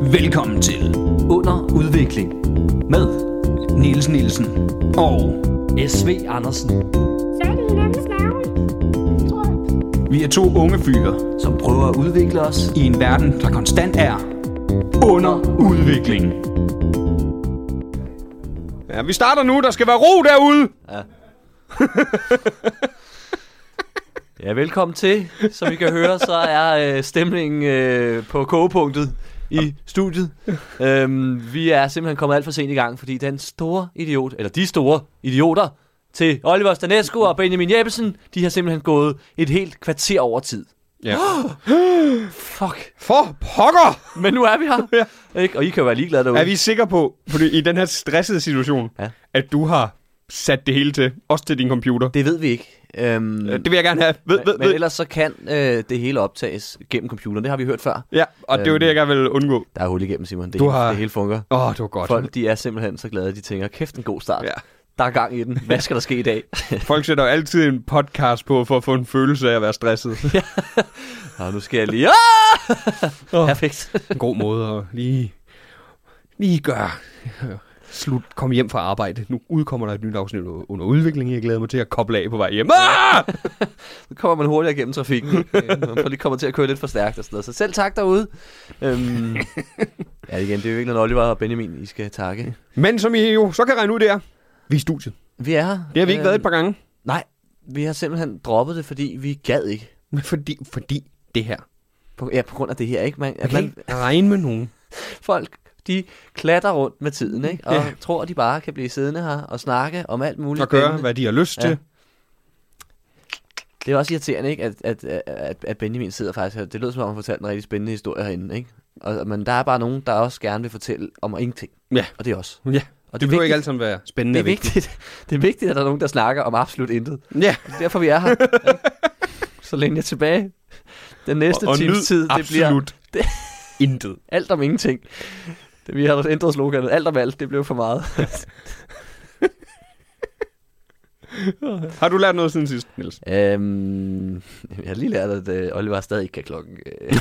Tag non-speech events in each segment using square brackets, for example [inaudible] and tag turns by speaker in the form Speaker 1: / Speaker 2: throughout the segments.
Speaker 1: Velkommen til
Speaker 2: Under udvikling med
Speaker 1: Niels Nielsen og
Speaker 2: SV Andersen,
Speaker 3: fat i hinandens nerve. Tror jeg.
Speaker 1: vi er to unge fyre
Speaker 2: som prøver at udvikle os.
Speaker 1: i en verden, der konstant er under udvikling. Ja, vi starter nu. Der skal være ro derude.
Speaker 2: Ja, velkommen til. Som I kan høre, så er øh, stemningen øh, på kogepunktet i studiet. Øhm, vi er simpelthen kommet alt for sent i gang, fordi den store idiot, eller de store idioter, til Oliver Stanesco og Benjamin Jeppesen, de har simpelthen gået et helt kvarter over tid.
Speaker 1: [gasps] Ja.
Speaker 2: Fuck.
Speaker 1: For pokker!
Speaker 2: Men nu er vi
Speaker 1: [laughs]
Speaker 2: her. Ikke? Og I kan jo være ligeglade derude.
Speaker 1: Er vi sikre på, fordi i den her stressede situation,
Speaker 2: Ja.
Speaker 1: ja. at du har sat det hele til, også til din computer?
Speaker 2: Det ved vi ikke. Øhm,
Speaker 1: Det vil jeg gerne have. Ved, ved,
Speaker 2: Men
Speaker 1: ved.
Speaker 2: ellers så kan øh, det hele optages gennem computeren. Det har vi hørt før.
Speaker 1: Ja, og det er jo det, jeg gerne vil undgå.
Speaker 2: Der er hul igennem, Simon. Det,
Speaker 1: Du
Speaker 2: hele,
Speaker 1: har-
Speaker 2: det hele fungerer.
Speaker 1: Åh, oh, det var godt.
Speaker 2: Folk de er simpelthen så glade, at de tænker, kæft en god start.
Speaker 1: Ja.
Speaker 2: Der er gang i den. Hvad skal der ske i [laughs] dag?
Speaker 1: Folk sætter jo altid en podcast på, for at få en følelse af at være stresset.
Speaker 2: Og nu skal jeg lige... Ah!
Speaker 1: Åh.
Speaker 2: Perfekt.
Speaker 1: en [laughs] god måde at lige, lige gøre. Slut. Kom hjem fra arbejde. Nu udkommer der et nyt afsnit under udvikling. Jeg glæder mig til at koble af på vej hjem. Ah!
Speaker 2: Nu kommer man hurtigere gennem [laughs] trafikken. Øh, Man får lige kommer til at køre lidt for stærkt og sådan noget. Så selv tak derude. Øhm, [laughs] ja, igen, det er jo ikke noget, Oliver og Benjamin, I skal takke.
Speaker 1: Men som I jo så kan regne ud, det er, vi er i studiet.
Speaker 2: Vi er her.
Speaker 1: Det har vi ikke
Speaker 2: Øhm,
Speaker 1: været et par gange.
Speaker 2: Nej, vi har simpelthen droppet det, fordi vi gad ikke.
Speaker 1: Men fordi, fordi det her.
Speaker 2: På, ja, på grund af det her, ikke? Man,
Speaker 1: Jeg
Speaker 2: at
Speaker 1: kan
Speaker 2: man,
Speaker 1: ikke regne med nogen.
Speaker 2: folk, de klatter rundt med tiden, ikke? Og
Speaker 1: Ja.
Speaker 2: tror, de bare kan blive siddende her og snakke om alt muligt.
Speaker 1: Og gøre,
Speaker 2: spændende.
Speaker 1: hvad de har lyst
Speaker 2: Ja.
Speaker 1: til.
Speaker 2: Det er også irriterende, ikke? At, at, at, at Benjamin sidder faktisk her. Det lød som om, han fortalte en rigtig spændende historie herinde, ikke? Og, men der er bare nogen, der også gerne vil fortælle om ingenting.
Speaker 1: Ja.
Speaker 2: Og det er os.
Speaker 1: Ja.
Speaker 2: Og
Speaker 1: Det
Speaker 2: er
Speaker 1: behøver ikke alt
Speaker 2: vigtigt.
Speaker 1: sammen være spændende
Speaker 2: det er
Speaker 1: og vigtigt.
Speaker 2: vigtigt. [laughs] Det er vigtigt, at der er nogen, der snakker om absolut intet.
Speaker 1: Ja.
Speaker 2: Det er derfor, vi er her. ikke? Så længe jeg er tilbage. Den [laughs] næste times tid, [laughs] det bliver
Speaker 1: absolut intet.
Speaker 2: alt om ingenting. Det, vi har ændret sloganet. Alt om alt, det blev for meget.
Speaker 1: Har du lært noget siden sidst, Niels?
Speaker 2: Øhm, [laughs] jeg har lige lært, at øh, Oliver stadig ikke kan klokken.
Speaker 1: [laughs]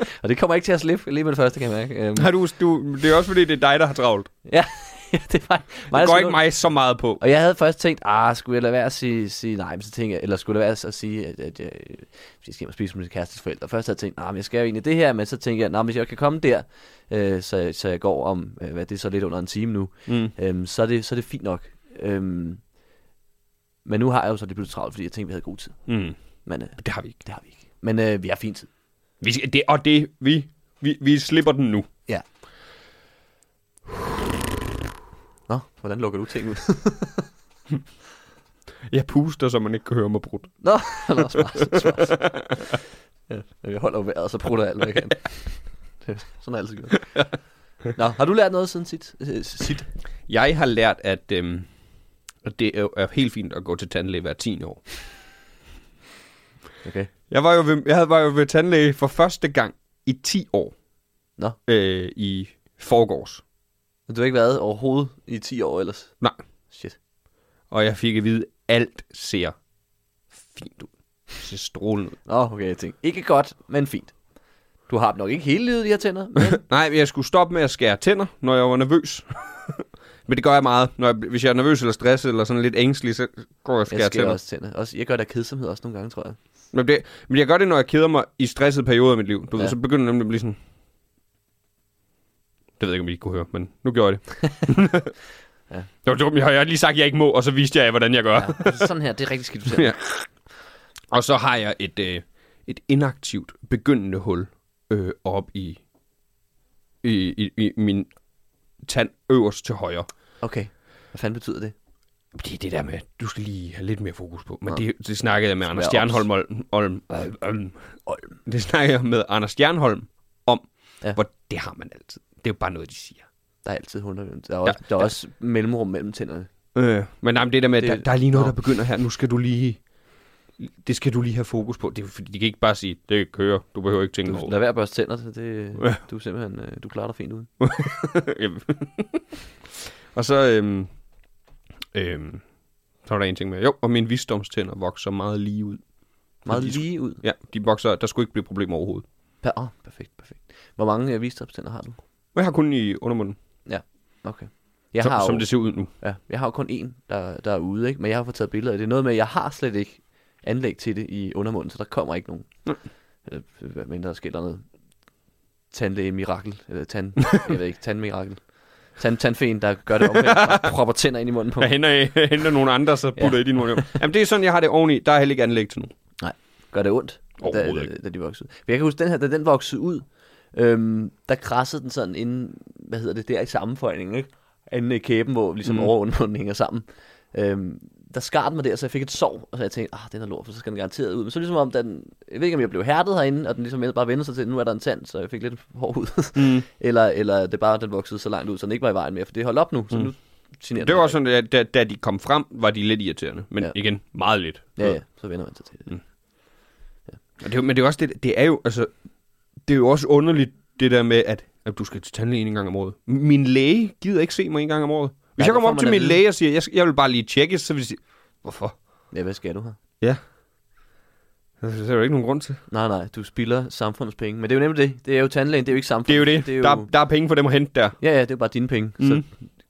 Speaker 2: Øh. og det kommer ikke til at slippe lige med det første, kan jeg mærke. Øhm,
Speaker 1: Har du, du, det er også fordi, det er dig, der har travlt.
Speaker 2: ja, ja, [laughs] det var mig, der
Speaker 1: Det går
Speaker 2: skulle
Speaker 1: ikke
Speaker 2: nå-
Speaker 1: mig så meget på.
Speaker 2: Og jeg havde først tænkt, ah, skulle jeg lade være at sige, sige nej, men så tænkte jeg, eller skulle jeg lade være at sige, at, at jeg, hvis jeg skal hjem og spise med min kærestes forældre. Først havde jeg tænkt, nej, men jeg skal jo egentlig det her, men så tænkte jeg, nej, hvis jeg kan komme der, øh, så, så jeg går om, øh, hvad det er så lidt under en time nu,
Speaker 1: Mm.
Speaker 2: øhm, så, er det, så er det fint nok. Øhm, men nu har jeg jo så det blevet travlt, fordi jeg tænkte, vi havde god tid.
Speaker 1: Mm.
Speaker 2: Men øh,
Speaker 1: Det har vi ikke.
Speaker 2: det har vi ikke. Men øh, vi har fint tid.
Speaker 1: Vi, skal- det, og det, vi, vi, vi slipper den nu.
Speaker 2: Ja. Nå, hvordan lukker du ting ud?
Speaker 1: Jeg puster, så man ikke kan høre mig brudt.
Speaker 2: [laughs] Nå, [laughs] nå smart, smart. [laughs] Ja, jeg holder jo vejret, og så prutter jeg alt, hvad jeg [laughs] kan. Det- Sådan er jeg altid gjort. [laughs] Nå, har du lært noget siden sit? øh, sit?
Speaker 1: Jeg har lært, at, øhm, at det er, jo- er helt fint at gå til tandlæge hver 10 år.
Speaker 2: Okay.
Speaker 1: Jeg var jo ved, jeg var jo ved tandlæge for første gang i 10 år.
Speaker 2: Nå.
Speaker 1: Øh, I forgårs.
Speaker 2: Du har ikke været overhovedet i 10 år ellers?
Speaker 1: Nej.
Speaker 2: Shit.
Speaker 1: Og jeg fik at vide, at alt ser fint ud. Det ser strålende ud. [laughs]
Speaker 2: Nå, okay, jeg tænkte. Ikke godt, men fint. Du har nok ikke hele livet, de her tænder, men
Speaker 1: Nej, men jeg skulle stoppe med at skære tænder, når jeg var nervøs. [laughs] men det gør jeg meget. Når jeg, hvis jeg er nervøs eller stresset eller sådan lidt ængstelig, så går jeg og
Speaker 2: [laughs] jeg
Speaker 1: skærer
Speaker 2: skærer
Speaker 1: tænder.
Speaker 2: også tænder. Også, jeg gør der kedsomhed også nogle gange, [laughs] tror jeg.
Speaker 1: Men, det, men jeg gør det, når jeg keder mig i stressede perioder af mit liv. Du ja.
Speaker 2: Ja.
Speaker 1: ved, så begynder det nemlig at blive sådan... Det ved jeg ikke, om I kunne høre, men nu gjorde jeg det. [laughs] ja.
Speaker 2: [laughs] Ja.
Speaker 1: Det var dumt, jeg har jeg har lige sagt, at jeg ikke må, og så viste jeg, jer, hvordan jeg gør. Ja.
Speaker 2: Ja, sådan her, det er rigtig skidt, du
Speaker 1: Ja. Og så har jeg et, øh, et inaktivt, begyndende hul øh, op i, i, i, i min tand øverst til højre.
Speaker 2: Okay. Hvad fanden betyder det?
Speaker 1: Det er det der med, du skal lige have lidt mere fokus på. Men
Speaker 2: Ja.
Speaker 1: det, det snakkede jeg med Anders
Speaker 2: være
Speaker 1: Stjernholm Olm, Olm, Olm, Olm, Olm. Det snakkede jeg med Anders Stjernholm om,
Speaker 2: Ja.
Speaker 1: ja. hvor det har man altid. Det er jo bare noget, de siger.
Speaker 2: Der er altid hunder. Der er også,
Speaker 1: Ja,
Speaker 2: ja, der er også mellemrum mellem tænderne.
Speaker 1: Øh, men nej, men det der med,
Speaker 2: Det-
Speaker 1: det, der, der er lige noget,
Speaker 2: Nå.
Speaker 1: der begynder her. Nu skal du lige... Det skal du lige have fokus på. Det er, jo fordi, de kan ikke bare sige, det kører. Du behøver ikke tænke
Speaker 2: Du,
Speaker 1: over
Speaker 2: lad være at børste tænder, så det,
Speaker 1: Ja.
Speaker 2: du er simpelthen, øh, du klarer dig fint uden.
Speaker 1: det. Øh, Jamen. [laughs] og så... Øhm, øhm, så var der en ting med. Jo, og mine visdomstænder vokser meget lige ud.
Speaker 2: Meget
Speaker 1: de-
Speaker 2: lige ud.
Speaker 1: Ja, de vokser. Der skulle ikke blive problemer overhovedet.
Speaker 2: Per- oh, perfekt, perfekt. Hvor mange øh, visdomstænder har du?
Speaker 1: Jeg har kun i undermunden,
Speaker 2: Okay. Jeg
Speaker 1: som,
Speaker 2: har jo,
Speaker 1: som det ser ud nu.
Speaker 2: ja, jeg har jo kun én, der, der er ude, ikke? men jeg har fået taget billeder af det. Noget med, at jeg har slet ikke anlæg til det i undermunden, så der kommer ikke nogen. Eller, øh, hvad mindre der sker der noget tandlæge-mirakel, eller
Speaker 1: [laughs]
Speaker 2: tand, jeg ved ikke, tandmirakel. Tand, tandfen, der gør det omvendt, og propper tænder ind i
Speaker 1: [laughs]
Speaker 2: munden på.
Speaker 1: Jeg
Speaker 2: mig.
Speaker 1: henter, henter nogle andre, så putter ja. i din mund. Jamen, det er sådan, jeg har det oveni. Der er heller ikke anlæg til nu.
Speaker 2: Gør det ondt, da,
Speaker 1: Overhovedet
Speaker 2: da, da, de voksede. Men jeg kan huske, den her, da den voksede ud, øhm, der krassede den sådan inden, hvad hedder det, der i sammenføjningen, ikke? Anden i kæben, hvor ligesom mm. over og undermunden hænger sammen. Øhm, der skar den mig der, så jeg fik et sår, og så jeg tænkte, ah, den er lort, for så skal den garanteret ud. Men så ligesom om, den, jeg ved ikke, om jeg blev hærdet herinde, og den ligesom bare vendte sig til, at nu er der en tand, så jeg fik lidt hård ud. Mm. [laughs] eller, eller det bare, den voksede så langt ud, så den ikke var i vejen mere, for det holdt op nu, så nu signerer
Speaker 1: Det
Speaker 2: den
Speaker 1: var
Speaker 2: bare
Speaker 1: sådan, at da, da de kom frem, var de lidt irriterende. Men
Speaker 2: Ja.
Speaker 1: ja. igen, meget lidt.
Speaker 2: ikke. Ja, ja, så vender man sig til det.
Speaker 1: Og det, er jo- men det er, også det, det er jo, altså, det er jo også underligt, det der med, at, at du skal til tandlægen en gang om året. Min læge gider ikke se mig en gang om året. Hvis
Speaker 2: Nej,
Speaker 1: jeg
Speaker 2: det
Speaker 1: kommer
Speaker 2: får
Speaker 1: op
Speaker 2: man
Speaker 1: til
Speaker 2: at
Speaker 1: min
Speaker 2: vide.
Speaker 1: læge og siger, jeg, skal- jeg vil bare lige tjekke, så vil de sige, hvorfor?
Speaker 2: Ja, hvad skal du her?
Speaker 1: Ja. Altså, Det er der jo ikke nogen grund til.
Speaker 2: Nej, nej, du spilder samfundets penge. Men det er jo nemlig det. Det er jo tandlægen, det er jo ikke samfundet.
Speaker 1: Det er jo det.
Speaker 2: det er jo...
Speaker 1: Der, der er penge for dem at hente der.
Speaker 2: Ja, ja, det er jo bare dine penge. Mm. Så...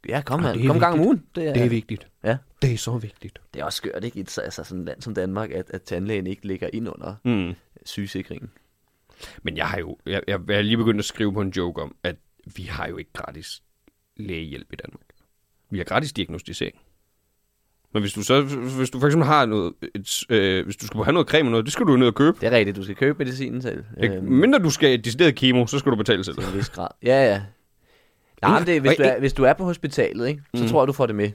Speaker 2: Ja, kom,
Speaker 1: Mhm. det
Speaker 2: man.
Speaker 1: er
Speaker 2: kom en gang om
Speaker 1: vigtigt.
Speaker 2: ugen. Det er,
Speaker 1: Det er vigtigt.
Speaker 2: Ja.
Speaker 1: Det er så vigtigt.
Speaker 2: det er også skørt, ikke? Et, altså sådan et land som Danmark, at, at tandlægen ikke ligger ind under
Speaker 1: Mm.
Speaker 2: sygesikringen.
Speaker 1: Men jeg har jo, jeg, jeg, jeg er lige begyndt at skrive på en joke om, at vi har jo ikke gratis lægehjælp i Danmark. Vi har gratis diagnostisering. Men hvis du så, hvis du for eksempel har noget, et, øh, hvis du skal have noget creme og noget, det skal du jo ned og købe.
Speaker 2: Det er rigtigt, du skal købe medicinen selv. øhm,
Speaker 1: Ikke? Mindre du skal i decideret kemo, så skal du betale selv.
Speaker 2: Til en vis grad. Ja, ja. Nej, men det, er- hvis,
Speaker 1: Og
Speaker 2: du er, hvis du er på hospitalet, ikke?
Speaker 1: Mhm.
Speaker 2: så mm. tror jeg, du får det med.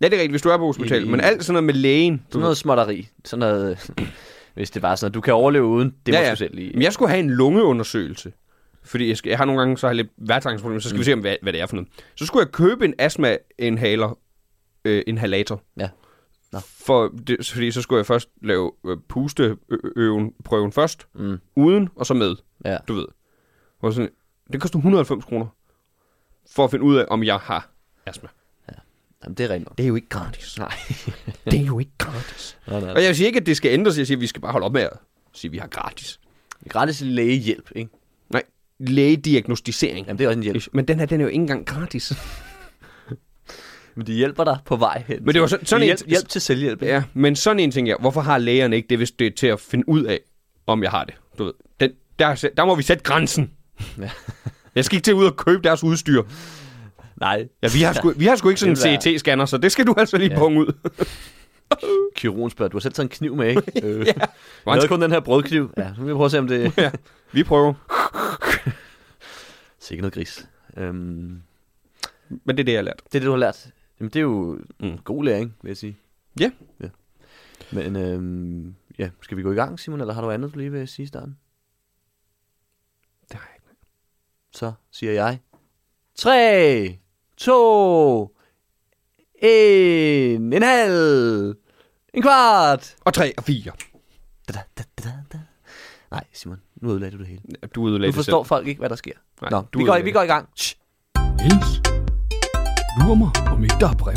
Speaker 1: Ja, det er rigtigt, hvis du er på hospitalet, men alt sådan noget med lægen. Du,
Speaker 2: Sådan noget småtteri. Sådan noget, [laughs] hvis det var sådan noget, du kan overleve uden, det ja, må
Speaker 1: ja, ja.
Speaker 2: du selv lige.
Speaker 1: Men jeg skulle have en lungeundersøgelse. Fordi jeg, skal, jeg har nogle gange så har jeg lidt værtrækningsproblemer, så skal mm. vi se, om, hvad, hvad det er for noget. Så skulle jeg købe en astma-inhaler, øh, inhalator.
Speaker 2: Ja. Nå.
Speaker 1: For det, fordi så skulle jeg først lave øh, pusteøven, prøven først,
Speaker 2: Mm.
Speaker 1: uden og så med,
Speaker 2: Ja.
Speaker 1: du ved. Og sådan, det koster 190 kroner, for at finde ud af, om jeg har astma.
Speaker 2: Jamen, det er rigtigt. nok.
Speaker 1: Det er jo ikke gratis.
Speaker 2: Nej.
Speaker 1: [laughs] Det er jo ikke gratis.
Speaker 2: nej, nej.
Speaker 1: Og jeg siger ikke, at det skal ændres. Jeg siger, at vi skal bare holde op med at sige, at vi har gratis.
Speaker 2: Gratis lægehjælp, ikke?
Speaker 1: Nej, lægediagnostisering.
Speaker 2: Jamen, det er også en hjælp.
Speaker 1: Ish. Men den her, den er jo ikke engang gratis.
Speaker 2: Men de hjælper dig på vej hen.
Speaker 1: Men det var så- sådan
Speaker 2: De
Speaker 1: en-
Speaker 2: hjælp, hjælp til selvhjælp. ikke?
Speaker 1: ja, men sådan en ting, jeg, hvorfor har lægerne ikke det, hvis det er til at finde ud af, om jeg har det? Du ved, den, der, der må vi sætte grænsen.
Speaker 2: Ja.
Speaker 1: Ja. [laughs] Jeg skal ikke til ud og købe deres udstyr.
Speaker 2: Nej.
Speaker 1: Ja, vi har sgu, vi har sgu [laughs] ikke sådan en
Speaker 2: Det vil være-
Speaker 1: CET-scanner, så det skal du altså lige
Speaker 2: Ja.
Speaker 1: ja. punge ud.
Speaker 2: Kirurgen spørger, du har selv taget en kniv med,
Speaker 1: [laughs]
Speaker 2: ikke? Øh,
Speaker 1: Hvordan
Speaker 2: ja. kun den her brødkniv. Ja, nu vil jeg prøve at se, om det er
Speaker 1: Ja, vi prøver.
Speaker 2: sikkert noget gris. Øhm,
Speaker 1: Men det er det, jeg har lært.
Speaker 2: det er det, du har lært. Jamen, det er jo mm.
Speaker 1: Mm.
Speaker 2: god læring, vil jeg sige.
Speaker 1: Ja.
Speaker 2: ja. Men øhm, ja, skal vi gå i gang, Simon, eller har du andet, du lige vil sige i starten?
Speaker 1: Det har jeg ikke.
Speaker 2: Så siger jeg 3, 2, 1, en halv, en kvart.
Speaker 1: Og tre og fire.
Speaker 2: Da, da, da, da, da. Nej, Simon, nu ødelagde du det hele.
Speaker 1: Du ødelagde
Speaker 2: Nu
Speaker 1: det
Speaker 2: forstår folk ikke, hvad der sker.
Speaker 1: Nej,
Speaker 2: Nå,
Speaker 1: du
Speaker 2: vi, går,
Speaker 1: ødelagde
Speaker 2: vi går i gang. Shh.
Speaker 1: Hils. Lur mig, om ikke der er brev.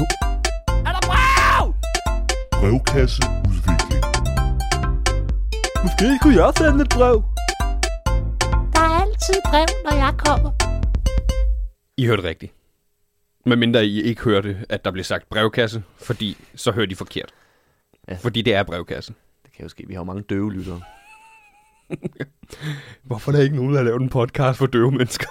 Speaker 4: Brevkasse udvikling.
Speaker 2: Måske kunne jeg sende et brev.
Speaker 3: Der er altid brev, når jeg kommer.
Speaker 1: I hørte rigtigt. Men mindre I ikke hørte, at der blev sagt brevkasse, fordi så hørte I forkert.
Speaker 2: Ja.
Speaker 1: Ja. Fordi det er brevkasse.
Speaker 2: Det kan jo ske, vi har jo mange døve lyttere.
Speaker 1: Hvorfor er der ikke nogen, der har lavet en podcast for døve mennesker?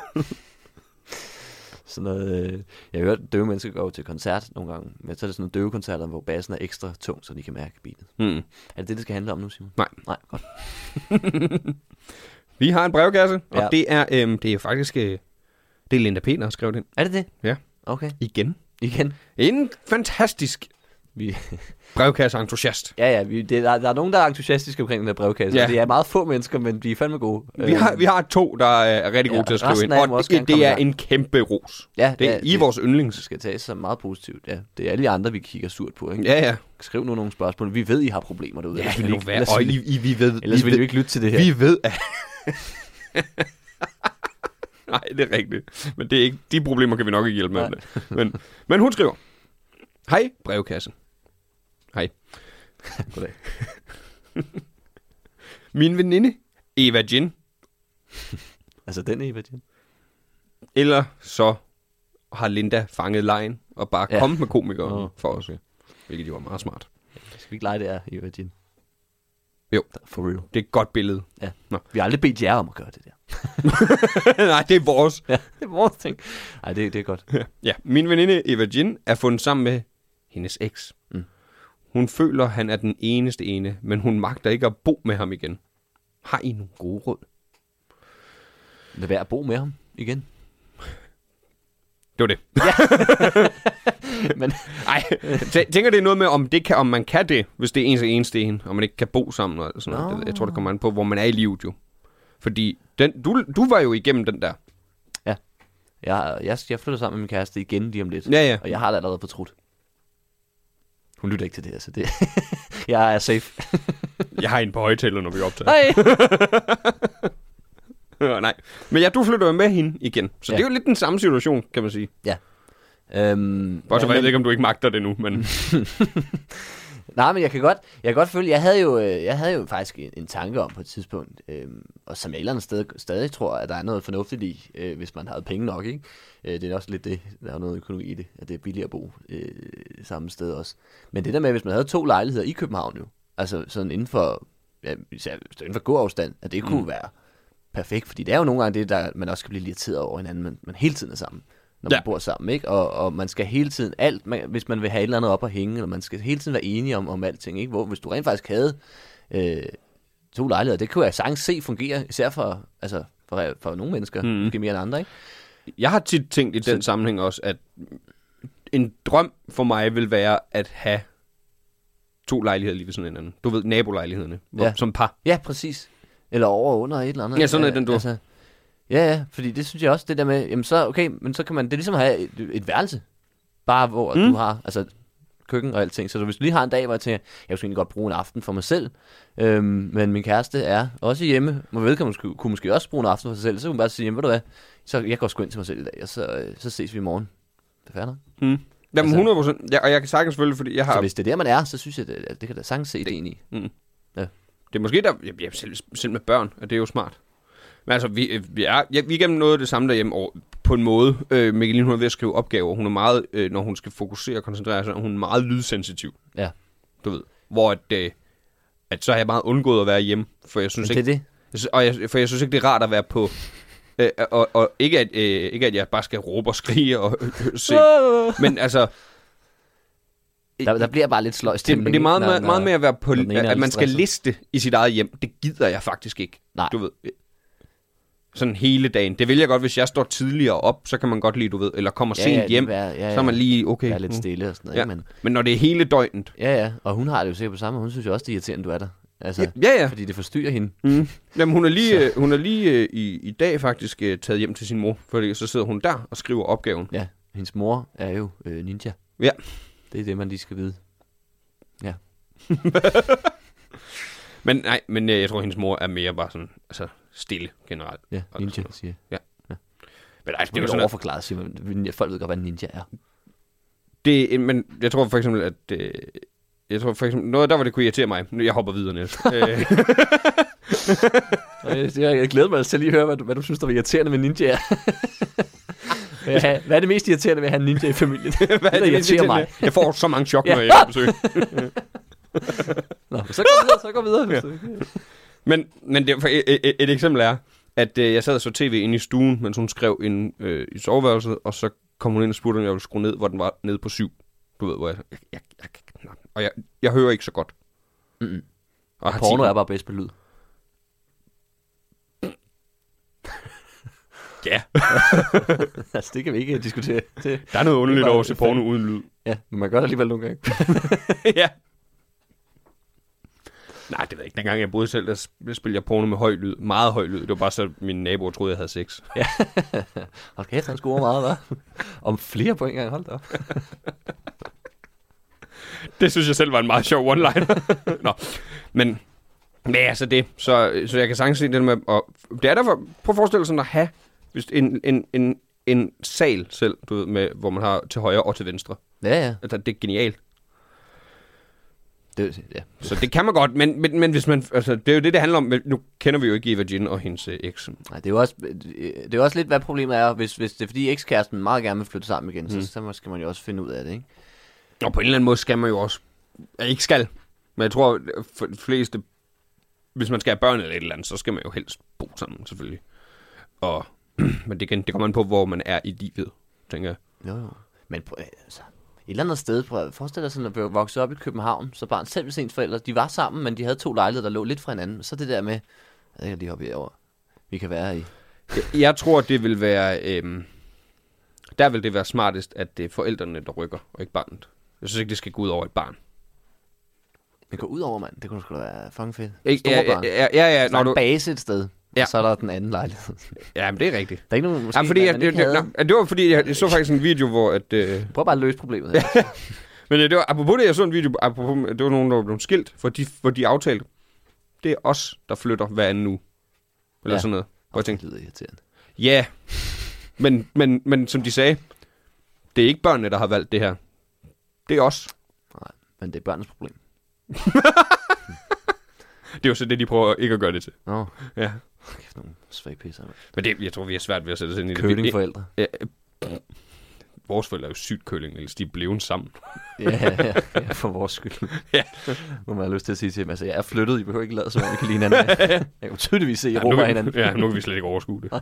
Speaker 2: Sådan noget, øh, jeg har hørt, at døve mennesker går jo til koncert nogle gange, men så er det sådan nogle døve koncerter, hvor bassen er ekstra tung, så de kan mærke beatet.
Speaker 1: Hmm.
Speaker 2: Er det det, det skal handle om nu, Simon?
Speaker 1: Nej.
Speaker 2: Nej, godt.
Speaker 1: Vi har en brevkasse, og
Speaker 2: Ja.
Speaker 1: ja. det, er, øhm, det er faktisk... Øh, det er Linda P, der har skrevet den.
Speaker 2: Er det det?
Speaker 1: Ja.
Speaker 2: Okay.
Speaker 1: Igen.
Speaker 2: Igen.
Speaker 1: En fantastisk
Speaker 2: Vi,
Speaker 1: brevkasseentusiast.
Speaker 2: ja, ja, vi, det, der, der, er nogen, der er entusiastiske omkring den her brevkasse.
Speaker 1: Ja.
Speaker 2: Ja. Det er meget få mennesker, men de er fandme gode. Øh,
Speaker 1: Vi har, vi har to, der øh, er rigtig gode
Speaker 2: Ja,
Speaker 1: til at skrive
Speaker 2: resten
Speaker 1: ind.
Speaker 2: af dem
Speaker 1: Og
Speaker 2: også gerne
Speaker 1: det,
Speaker 2: komme
Speaker 1: det
Speaker 2: i
Speaker 1: er
Speaker 2: gang.
Speaker 1: en kæmpe ros.
Speaker 2: Ja,
Speaker 1: Det er
Speaker 2: ja,
Speaker 1: i
Speaker 2: det-
Speaker 1: vores
Speaker 2: Det
Speaker 1: yndlings.
Speaker 2: skal tages som meget positivt, ja. Det er alle de andre, vi kigger surt på, ikke?
Speaker 1: Ja, ja.
Speaker 2: Skriv nu nogle spørgsmål. Vi ved, I har problemer derude.
Speaker 1: Ja,
Speaker 2: Ellers
Speaker 1: det
Speaker 2: ville I
Speaker 1: nu
Speaker 2: ikke-
Speaker 1: være.
Speaker 2: ellers
Speaker 1: Og
Speaker 2: ville I-
Speaker 1: I, I, vi ved,
Speaker 2: Ellers
Speaker 1: vi
Speaker 2: vil
Speaker 1: ved,
Speaker 2: du ikke lytte til det her.
Speaker 1: Vi ved, at... [laughs] Nej, det er rigtigt. Men det er ikke, de problemer kan vi nok ikke hjælpe med.
Speaker 2: Nej.
Speaker 1: Men, men hun skriver, Hej, brevkasse. Hej.
Speaker 2: Goddag.
Speaker 1: Min veninde, Eva Jin,
Speaker 2: Altså den Eva Jim.
Speaker 1: Eller så har Linda fanget lejen og bare
Speaker 2: Ja.
Speaker 1: ja. kommet med komikere
Speaker 2: Nå.
Speaker 1: for os. Hvilket jo var meget smart.
Speaker 2: Skal vi ikke lege det er Eva Jim?
Speaker 1: Jo.
Speaker 2: For real.
Speaker 1: Det er et godt billede. [laughs]
Speaker 2: Vi har aldrig bedt jer om at gøre det der.
Speaker 1: Nej, [laughs] det er vores.
Speaker 2: Ja, det er vores ting. Nej, det, det er godt.
Speaker 1: Ja, min veninde Eva Jin er fundet sammen med hendes eks.
Speaker 2: Mm.
Speaker 1: Mm. Hun føler, han er den eneste ene, men hun magter ikke at bo med ham igen. Har I nogle gode råd?
Speaker 2: Lad være at bo med ham
Speaker 1: [laughs]
Speaker 2: igen.
Speaker 1: Det
Speaker 2: [laughs]
Speaker 1: var det.
Speaker 2: Men
Speaker 1: Ej, tæ- tænker det er noget med, om, det kan, om man kan det, hvis det er ens eneste en, og man ikke kan bo sammen og sådan noget.
Speaker 2: Nå.
Speaker 1: Det- Jeg tror, det kommer an på, hvor man er i livet jo. Fordi den, du, du var jo igennem den der.
Speaker 2: jeg, jeg, jeg flytter sammen med min kæreste igen lige om lidt.
Speaker 1: Ja, ja.
Speaker 2: Og jeg har det allerede fortrudt. Hun lytter ikke til det her, så det... [laughs] jeg er safe.
Speaker 1: Jeg har en på højtaler, når vi optager. Øh,
Speaker 2: Nej!
Speaker 1: Nej. Nej. Men ja, du flytter jo med hende igen. Så
Speaker 2: Ja.
Speaker 1: ja. det er jo lidt den samme situation, kan man sige.
Speaker 2: øhm,
Speaker 1: Bare så
Speaker 2: ja,
Speaker 1: jeg
Speaker 2: men,
Speaker 1: ikke, om du ikke magter det nu, men...
Speaker 2: nej, men jeg kan godt, jeg kan godt følge... Jeg havde, jo, øh, jeg havde jo faktisk en, en tanke om på et tidspunkt, øhm, og som jeg et eller andet sted stadig tror, at der er noget fornuftigt i, øh, hvis man har penge nok, ikke? Øh, det er også lidt det, der er noget økonomi i det, at det er billigere at bo øh, samme sted også. Men det der med, hvis man havde to lejligheder i København jo, altså sådan inden for, ja, især hvis det er inden for god afstand, at det kunne mm. være perfekt, fordi det er jo nogle gange det, der man også kan blive irriteret over hinanden, men man hele tiden er sammen, når man
Speaker 1: Ja.
Speaker 2: bor sammen, ikke? Og, og man skal hele tiden alt, man, hvis man vil have et eller andet op at hænge, eller man skal hele tiden være enige om, om alting, ikke? Hvor hvis du rent faktisk havde øh, to lejligheder, det kunne jeg sagtens se fungere, især for, altså, for, for nogle mennesker, mm. måske mere end andre, ikke?
Speaker 1: Jeg har tit tænkt i den sammenhæng også, at en drøm for mig vil være at have to lejligheder lige ved sådan hinanden. Du ved, nabolejlighederne, hvor,
Speaker 2: Ja.
Speaker 1: ja. som par.
Speaker 2: Ja, præcis. Eller over og under et eller andet.
Speaker 1: Ja, sådan er den, du-
Speaker 2: Altså, ja, ja, fordi det synes jeg også, det der med, jamen så, okay, men så kan man, det er ligesom at have et, et værelse, bare hvor mm. du har, altså køkken og alting. Så du, hvis du lige har en dag, hvor jeg tænker, jeg kunne egentlig godt bruge en aften for mig selv, øhm, men min kæreste er også hjemme, må vedkommende skulle, kunne måske også bruge en aften for sig selv, så kunne hun bare sige, jamen ved du hvad, så jeg går sgu ind til mig selv i dag, og så, øh, så ses vi i morgen. Det er fair nok.
Speaker 1: Mm. Jamen
Speaker 2: Altså-
Speaker 1: 100 procent. Ja, og jeg kan sagtens selvfølgelig, fordi jeg har... Mm.
Speaker 2: Så hvis det er der, man er, så synes jeg, det, at det kan da sagtens se det, ind i.
Speaker 1: Det er måske der... Ja, ja, selv, selv med børn, og det er jo smart. Men altså, vi, øh, vi, er, ja, vi er igennem noget af det samme derhjemme og, på en måde. Øh, Mikkeline, hun er ved at skrive opgaver. Hun er meget, øh, når hun skal fokusere og koncentrere sig, hun er meget lydsensitiv.
Speaker 2: Ja.
Speaker 1: Du ved. Hvor at, øh, at så har jeg meget undgået at være hjemme, for jeg
Speaker 2: Men
Speaker 1: synes
Speaker 2: det
Speaker 1: ikke,
Speaker 2: er det.
Speaker 1: Jeg sy- Og jeg, for jeg synes ikke, det er rart at være på... Øh, og, og ikke at, øh, ikke at jeg bare skal råbe og skrige og øh, øh, se.
Speaker 2: Ah.
Speaker 1: Men altså,
Speaker 2: Der, der bliver bare lidt sløj
Speaker 1: det, det er meget, meget, meget med at være på,
Speaker 2: når den ene er
Speaker 1: at
Speaker 2: lidt
Speaker 1: man skal
Speaker 2: stresset.
Speaker 1: liste i sit eget hjem. Det gider jeg faktisk ikke.
Speaker 2: Nej.
Speaker 1: Du ved, øh, sådan hele dagen. Det vil jeg godt, hvis jeg står tidligere op, så kan man godt lide, du ved, eller kommer
Speaker 2: Ja,
Speaker 1: sent
Speaker 2: ja, det
Speaker 1: hjem,
Speaker 2: vil være- ja,
Speaker 1: så er man
Speaker 2: ja.
Speaker 1: lige, okay.
Speaker 2: være lidt
Speaker 1: nu-
Speaker 2: stille og sådan noget.
Speaker 1: Ja.
Speaker 2: Ja. Men,
Speaker 1: Men når det er hele døgnet,
Speaker 2: ja, ja, og hun har det jo sikkert på samme, måde. hun synes jo også, det er irriterende, du er der. Altså,
Speaker 1: Ja, ja, ja.
Speaker 2: Fordi det forstyrrer hende.
Speaker 1: Mm. Jamen, hun er lige, øh, hun er lige øh, i, i dag faktisk øh, taget hjem til sin mor, fordi så sidder hun der og skriver opgaven.
Speaker 2: Ja, hendes mor er jo øh, ninja.
Speaker 1: Ja.
Speaker 2: Det er det, man lige skal vide.
Speaker 1: Men nej, men øh, jeg tror, hendes mor er mere bare sådan, altså stille generelt.
Speaker 2: Ja,
Speaker 1: Og
Speaker 2: ninja,
Speaker 1: sådan noget.
Speaker 2: siger jeg.
Speaker 1: Men
Speaker 2: Det
Speaker 1: nej,
Speaker 2: er
Speaker 1: det er jo
Speaker 2: lidt
Speaker 1: sådan, at,
Speaker 2: overforklaret, siger man. Folk ved godt, hvad en ninja er.
Speaker 1: det, men jeg tror for eksempel, at... Øh, jeg tror for eksempel, noget der var det kunne irritere mig. Nu, Jeg hopper
Speaker 2: [laughs]
Speaker 1: videre, Niels. øh,
Speaker 2: Jeg, jeg glæder mig altså til at lige at høre, hvad du, hvad du synes, der var irriterende med ninja er. [laughs] ja, hvad er det mest irriterende ved at have en ninja i [laughs] familien?
Speaker 1: hvad er det,
Speaker 2: irriterer mig?
Speaker 1: Jeg får så mange chok,
Speaker 2: Ja.
Speaker 1: når jeg er på besøg.
Speaker 2: Nå, så gå videre, så gå videre. Ja.
Speaker 1: Men, men det, for et, et, et eksempel er, at øh, jeg sad og så tv inde i stuen, mens hun skrev ind øh, i soveværelset, og så kom hun ind og spurgte, om jeg ville skrue ned, hvor den var nede på syv. Du ved, hvor jeg... jeg, jeg, jeg kan knap- og jeg, jeg hører ikke så godt.
Speaker 2: Mm-mm.
Speaker 1: Og har
Speaker 2: Porno
Speaker 1: ti-
Speaker 2: er bare bedst på lyd.
Speaker 1: Ja,
Speaker 2: [laughs] altså, det kan vi ikke diskutere. Det,
Speaker 1: der er noget underligt
Speaker 2: bare-
Speaker 1: over at se porno uden lyd.
Speaker 2: Ja, men man gør det alligevel nogle gange.
Speaker 1: [laughs] ja. Nej, det ved jeg ikke. Dengang jeg boede selv, der sp- spillede jeg porno med høj lyd. Meget høj lyd. Det var bare så, mine naboer troede, jeg havde sex.
Speaker 2: [laughs] Hold kæft, han scorer meget, hva'? [laughs] Om flere point engang, hold da op.
Speaker 1: [laughs] Det synes jeg selv var en meget sjov one-liner. [laughs] Nå, men... Men altså det, så, så jeg kan sagtens se det med, og det er derfor, prøv at forestille dig sådan at have hvis en, en, en, en sal selv, du Altså, ved, med, hvor man har til højre og til venstre.
Speaker 2: Ja, ja.
Speaker 1: Altså, det er genialt.
Speaker 2: Det, ja.
Speaker 1: Så det kan man godt, men, men, men hvis man, altså, det er jo det, det handler om. Men Nu kender vi jo ikke Eva Jin og hendes øh, eks.
Speaker 2: Nej, det er jo også, det er jo også lidt, hvad problemet er, hvis, hvis det er fordi ekskæresten meget gerne vil flytte sammen igen, mm. så, så skal man jo også finde ud af det, ikke?
Speaker 1: Og på en eller anden måde skal man jo også, ja, ikke skal, men jeg tror, for de fleste, hvis man skal have børn eller et eller andet, så skal man jo helst bo sammen, selvfølgelig. Og, [clears throat] men det, igen, det kommer an på, hvor man er i livet, tænker jeg.
Speaker 2: Jo, jo. Men prøv, altså, et eller andet sted, prøv, forestil dig sådan, at du voksede op i København, så barn selv hvis ens forældre, de var sammen, men de havde to lejligheder, der lå lidt fra hinanden. Så det der med, jeg kan lige hoppe herover. Vi kan være i.
Speaker 1: Jeg, jeg tror, det vil være... Øhm, der vil det være smartest, at det er forældrene, der rykker, og ikke barnet. Jeg synes ikke, det skal gå ud over et barn.
Speaker 2: Men gå ud over, mand. Det kunne sgu da være fucking fedt.
Speaker 1: Ikke,
Speaker 2: Store
Speaker 1: ja,
Speaker 2: børn.
Speaker 1: ja, ja, ja, ja,
Speaker 2: Så Altså, er
Speaker 1: når
Speaker 2: du...
Speaker 1: du,
Speaker 2: base et sted, ja.
Speaker 1: Ja.
Speaker 2: og så er der den anden lejlighed. [laughs] Der
Speaker 1: ja, men det er rigtigt.
Speaker 2: er ikke nogen, måske,
Speaker 1: Ja, fordi
Speaker 2: man-
Speaker 1: jeg,
Speaker 2: man
Speaker 1: det,
Speaker 2: ikke
Speaker 1: det,
Speaker 2: havde.
Speaker 1: nå, ja, det var fordi, jeg, jeg så faktisk en video, hvor at... Øh,
Speaker 2: Prøv bare at løse problemet her.
Speaker 1: men øh, det var, apropos det, jeg så en video, apropos, det var nogen, der var blevet skilt, for de, for de aftalte, det er os, der flytter hver anden uge. Eller
Speaker 2: Ja.
Speaker 1: ja. sådan noget. Hvor
Speaker 2: det
Speaker 1: jeg tænkte,
Speaker 2: lyder irriterende.
Speaker 1: ja, men, men, men som de sagde, det er ikke børnene, der har valgt det her. Det er os.
Speaker 2: Nej, men det er børnens problem.
Speaker 1: Det er jo så det, de prøver ikke at gøre det til.
Speaker 2: Nå,
Speaker 1: Ja.
Speaker 2: kæft nogle svage pisser. mand.
Speaker 1: Men det, jeg tror, vi har svært ved at sætte os ind i det. det.
Speaker 2: Curlingforældre.
Speaker 1: Ja, øh, vores forældre er jo sygt køling, ellers de er blevet sammen.
Speaker 2: Ja, ja, [laughs] ja, for vores skyld.
Speaker 1: Ja.
Speaker 2: Nu må jeg have lyst til at sige til dem, altså jeg er flyttet, I behøver ikke lade som om, I kan lide
Speaker 1: [laughs]
Speaker 2: hinanden. Jeg kan jo tydeligvis se, at I
Speaker 1: nu,
Speaker 2: råber af
Speaker 1: kan-
Speaker 2: hinanden.
Speaker 1: [laughs] ja, nu kan vi slet ikke overskue det.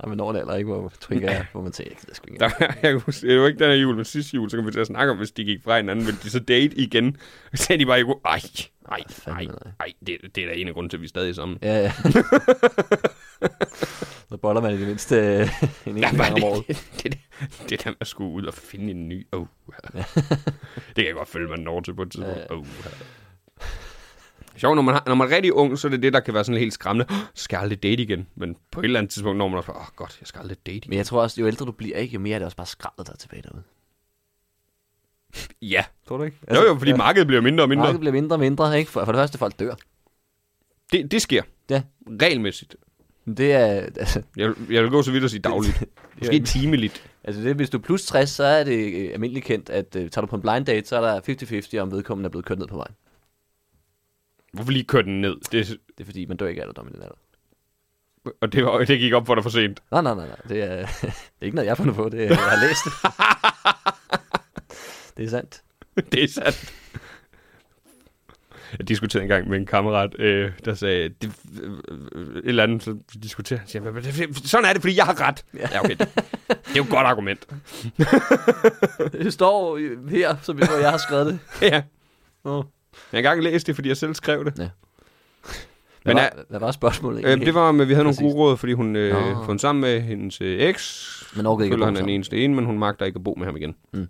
Speaker 2: Ej, men når det alder, ikke, hvor, tænker jeg, hvor man tænker, jeg gider sgu
Speaker 1: [laughs]
Speaker 2: ikke.
Speaker 1: Der, jeg kan huske, det var ikke den her jul, men sidste jul, så kom vi til at snakke om, hvis de gik fra hinanden, ville de så date igen? [laughs] Så sagde de bare, ikke, ej, ej, ej,
Speaker 2: fandme nej."
Speaker 1: ej, det, det er da en af grunden til, at vi er stadig er sammen.
Speaker 2: Ja, [laughs] ja. Så boller man i det mindste øh, en
Speaker 1: Ja,
Speaker 2: enkelt
Speaker 1: bare
Speaker 2: gang om året.
Speaker 1: det, det, [laughs] det, det der med at skulle ud og finde en ny, oh, [laughs] det kan jeg godt følge, man når til på et tidspunkt.
Speaker 2: Ja.
Speaker 1: Oh, Sjov, når man, har, når man er rigtig ung, så er det det, der kan være sådan helt skræmmende. [gasps] Så skal jeg aldrig date igen. Men på et eller andet tidspunkt når man også, åh oh, godt, jeg skal aldrig date igen.
Speaker 2: Men jeg tror også, jo ældre du bliver, ikke, jo mere er det også bare skraldet der er tilbage derude.
Speaker 1: Ja,
Speaker 2: Tror du ikke?
Speaker 1: jo jo, fordi markedet bliver mindre og mindre.
Speaker 2: Markedet bliver mindre og mindre, ikke? For, for det første, folk dør.
Speaker 1: Det, det sker.
Speaker 2: Ja.
Speaker 1: Regelmæssigt.
Speaker 2: Men Det er, [laughs] altså,
Speaker 1: Jeg, vil- jeg vil gå så vidt at sige dagligt.
Speaker 2: [laughs]
Speaker 1: Måske timeligt.
Speaker 2: altså det, hvis du er plus 60, så er det øh, almindeligt kendt, at øh, tager du på en blind date, så er der 50-50, om vedkommende er blevet kørt ned på vejen.
Speaker 1: Hvorfor lige køre den ned? Det,
Speaker 2: Det er fordi, man dør ikke af alderdom i den alder.
Speaker 1: og det, var, det gik op for dig for sent. [laughs]
Speaker 2: Nej, nej, nej, nej. Det er, [laughs] det er ikke noget, jeg har fundet på. Det er, jeg har læst
Speaker 1: [laughs]
Speaker 2: det. det er sandt.
Speaker 1: det er sandt. Jeg diskuterede engang med en kammerat, øh, der sagde, det, øh, øh, et eller andet, så diskuterede han, siger, "Men det- det- sådan er det, fordi jeg har ret. Ja, ja okay, det, det er jo et godt argument.
Speaker 2: [laughs] Det står jo her, som jeg, hvor jeg har skrevet det.
Speaker 1: ja.
Speaker 2: Nå.
Speaker 1: Jeg har engang læst det, fordi jeg selv skrev det.
Speaker 2: Ja. Hvad,
Speaker 1: Men
Speaker 2: Men,
Speaker 1: er,
Speaker 2: var, hvad var spørgsmålet
Speaker 1: øh, det var, at vi havde nogle
Speaker 2: Præcis.
Speaker 1: gode råd, fordi hun øh,
Speaker 2: Nå.
Speaker 1: oh. hun sammen med hendes øh, eks,
Speaker 2: Man orkede ikke at
Speaker 1: Føler
Speaker 2: bo
Speaker 1: han er den
Speaker 2: sammen.
Speaker 1: eneste ene, men hun magter ikke at bo med ham igen.
Speaker 2: Mm.
Speaker 1: Mm.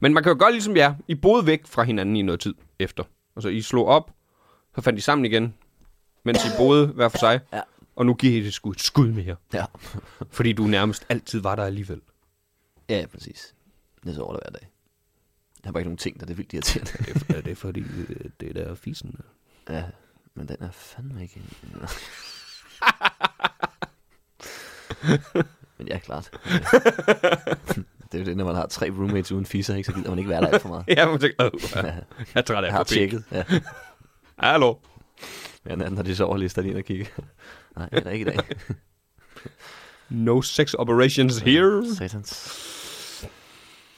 Speaker 1: Men man kan jo gøre ligesom jer. I boede væk fra hinanden i noget tid efter. Altså, I slog op, så fandt I sammen igen, mens I boede hver for sig.
Speaker 2: Ja.
Speaker 1: Og nu giver I det sgu et skud mere.
Speaker 2: Ja.
Speaker 1: Fordi du nærmest altid var der alligevel.
Speaker 2: ja, præcis. Jeg sover der hver dag. Der er bare ikke nogen ting, der er det vildt [laughs] irriterende.
Speaker 1: Det er det, fordi øh, det der fisen.
Speaker 2: [laughs] ja, men den er fandme [laughs] ikke... en- Men ja, klart. det er jo det, når man har tre roommates uden fisser, ikke, så gider man ikke være der alt for meget.
Speaker 1: Ja, men tænker, øh, ja. jeg er træt af
Speaker 2: Jeg har
Speaker 1: at få pik.
Speaker 2: tjekket. [laughs] Ja.
Speaker 1: Hallo.
Speaker 2: Ja, når når de sover, lister de ind og kigger. Nej, det er der ikke [laughs] i dag.
Speaker 1: No sex operations here.
Speaker 2: Satans.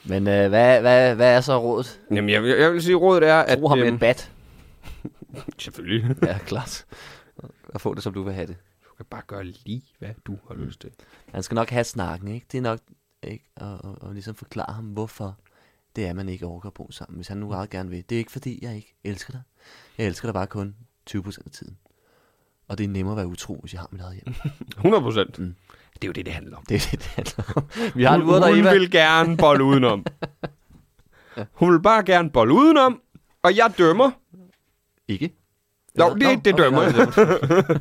Speaker 2: Men øh, hvad, hvad, hvad er så rådet?
Speaker 1: Jamen, jeg, vil- jeg vil sige, rådet er, at...
Speaker 2: Brug ham med
Speaker 1: øhm,
Speaker 2: et [laughs] bat.
Speaker 1: Selvfølgelig.
Speaker 2: Ja, klart. Og få det, som du vil have det.
Speaker 1: Du kan bare gøre lige, hvad du har
Speaker 2: Mm.
Speaker 1: lyst til.
Speaker 2: Han skal nok have snakken, ikke? Det er nok ikke og, og, og ligesom forklare ham, hvorfor det er, man ikke overgår at bo sammen, hvis han nu meget gerne vil. Det er ikke, fordi jeg ikke elsker dig. Jeg elsker dig bare kun 20% af tiden. Og det er nemmere at være utro, hvis jeg har mit eget hjem.
Speaker 1: 100 procent.
Speaker 2: Mm.
Speaker 1: Mm. Det er jo det, det handler om.
Speaker 2: Det er det, det handler om. Vi har en ur, der
Speaker 1: hun
Speaker 2: Eva.
Speaker 1: vil gerne bolle
Speaker 2: [laughs]
Speaker 1: udenom. Hun vil bare gerne bolle udenom, og jeg dømmer.
Speaker 2: Ikke?
Speaker 1: Nå, det, det, det
Speaker 2: okay,
Speaker 1: dømmer
Speaker 2: nå,
Speaker 1: jeg.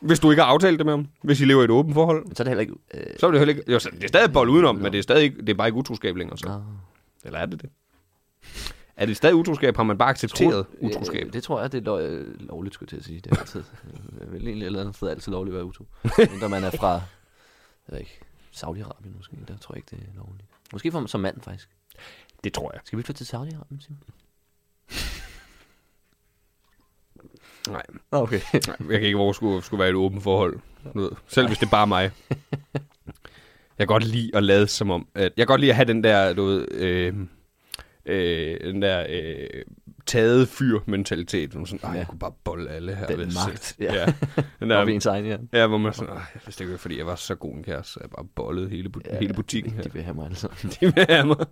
Speaker 1: Hvis du ikke har aftalt det med ham. Hvis I lever i et åbent forhold.
Speaker 2: Men så er det heller ikke... Øh,
Speaker 1: Så er det heller ikke... Jo, så det er stadig bolle udenom, men det er, stadig, ikke- det er bare ikke utroskab længere. Så.
Speaker 2: nå.
Speaker 1: Eller er det det? Er det stadig utroskab? Har man bare accepteret
Speaker 2: Tro-
Speaker 1: utroskab?
Speaker 2: Øh, det tror jeg, det er lov, øh, lovligt, skulle jeg til at sige. Det er altid, øh, vel, egentlig et eller andet sted er altid lovligt at være utro. Når man er fra, jeg ved ikke, Saudi-Arabien måske, der tror jeg ikke, det er lovligt. Måske for, som mand, faktisk.
Speaker 1: Det tror jeg.
Speaker 2: Skal vi flytte til Saudi-Arabien, Simon?
Speaker 1: Nej,
Speaker 2: Nå, okay.
Speaker 1: jeg kan ikke overskue, at det skulle være et åbent forhold. Du ved, Selv hvis det er bare
Speaker 2: [laughs]
Speaker 1: mig. Jeg kan godt lide at lade som om... At, jeg kan godt lide at have den der, du ved... Øh, øh, den der øh, taget fyr mentalitet. Hvor man sådan, "Ej,
Speaker 2: Ja.
Speaker 1: jeg kunne bare bolle alle her.
Speaker 2: Den
Speaker 1: hvis-
Speaker 2: magt, ja. [laughs]
Speaker 1: ja.
Speaker 2: [laughs]
Speaker 1: Den
Speaker 2: Nå, vi er
Speaker 1: der,
Speaker 2: ens egen, ja.
Speaker 1: ja, hvor man sådan, "Ej, hvis det ikke var, fordi jeg var så god en kæreste, så jeg bare bollede hele, bu-
Speaker 2: Ja,
Speaker 1: hele butikken [laughs] her.
Speaker 2: De vil have mig altså. alle [laughs] sammen.
Speaker 1: Det vil jeg have mig.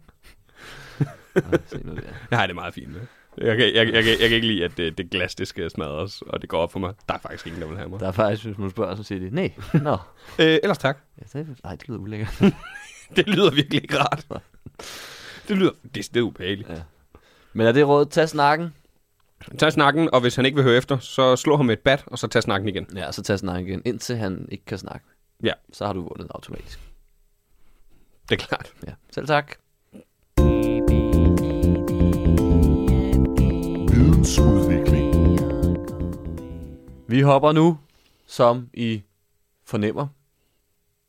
Speaker 2: Nå, se nu der.
Speaker 1: Jeg har det meget fint med. Jeg kan, jeg, jeg, jeg, kan- jeg kan ikke lide, at det, det glas, det skal smadres, og det går op for mig. Der er faktisk ingen, der vil have mig.
Speaker 2: Der er faktisk, hvis man spørger, så siger de, nej, nå.
Speaker 1: Øh, ellers tak.
Speaker 2: Ja, det, nej, det lyder ulækkert.
Speaker 1: [laughs] Det lyder virkelig ikke rart. Det lyder, det, det er ubehageligt.
Speaker 2: Men er det råd, tag snakken?
Speaker 1: Tag snakken, og hvis han ikke vil høre efter, så slå ham med et bat, og så tag snakken igen.
Speaker 2: Ja, så tag snakken igen, indtil han ikke kan snakke.
Speaker 1: Ja.
Speaker 2: Så har du vundet automatisk.
Speaker 1: Det er klart.
Speaker 2: Ja. Selv tak.
Speaker 4: Vidensudvikling.
Speaker 2: Vi hopper nu, som I fornemmer,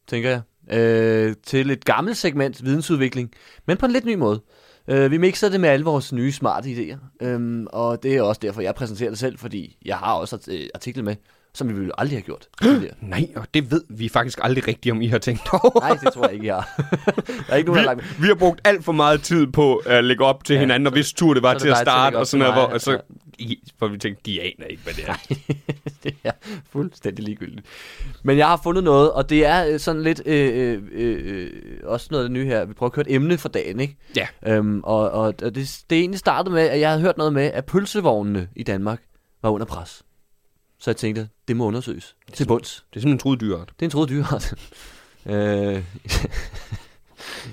Speaker 2: tænker jeg, øh, til et gammelt segment, vidensudvikling, men på en lidt ny måde. Øh, vi mixer det med alle vores nye smarte idéer, øhm, og det er også derfor, jeg præsenterer det selv, fordi jeg har også art- øh, artikler med, som vi ville aldrig have gjort. tidligere.
Speaker 1: Nej, og det ved vi faktisk aldrig rigtigt, om I har tænkt over.
Speaker 2: Nej, det tror jeg ikke, jeg har. [laughs] der er ikke nogen, der har lagt
Speaker 1: Vi, vi har brugt alt for meget tid på at lægge op til
Speaker 2: Ja,
Speaker 1: ja, hinanden, og hvis tur det var
Speaker 2: så er det
Speaker 1: til
Speaker 2: dig
Speaker 1: at
Speaker 2: til at lægge
Speaker 1: starte,
Speaker 2: op
Speaker 1: og sådan
Speaker 2: til
Speaker 1: noget, hvor,
Speaker 2: mig,
Speaker 1: og så
Speaker 2: ja.
Speaker 1: I- for vi tænkte, de aner ikke, hvad det er.
Speaker 2: det er fuldstændig ligegyldigt. Men jeg har fundet noget, og det er øh, sådan lidt øh, øh, øh, også noget af det nye her. Vi prøver at køre et emne for dagen, ikke?
Speaker 1: Ja.
Speaker 2: Øhm, og og, og det, det er egentlig startet med, at jeg havde hørt noget med, at pølsevognene i Danmark var under pres. Så jeg tænkte, det må undersøges til bunds.
Speaker 1: Det er simpelthen en truet dyreart.
Speaker 2: Det er en troet dyreart. [laughs] øh,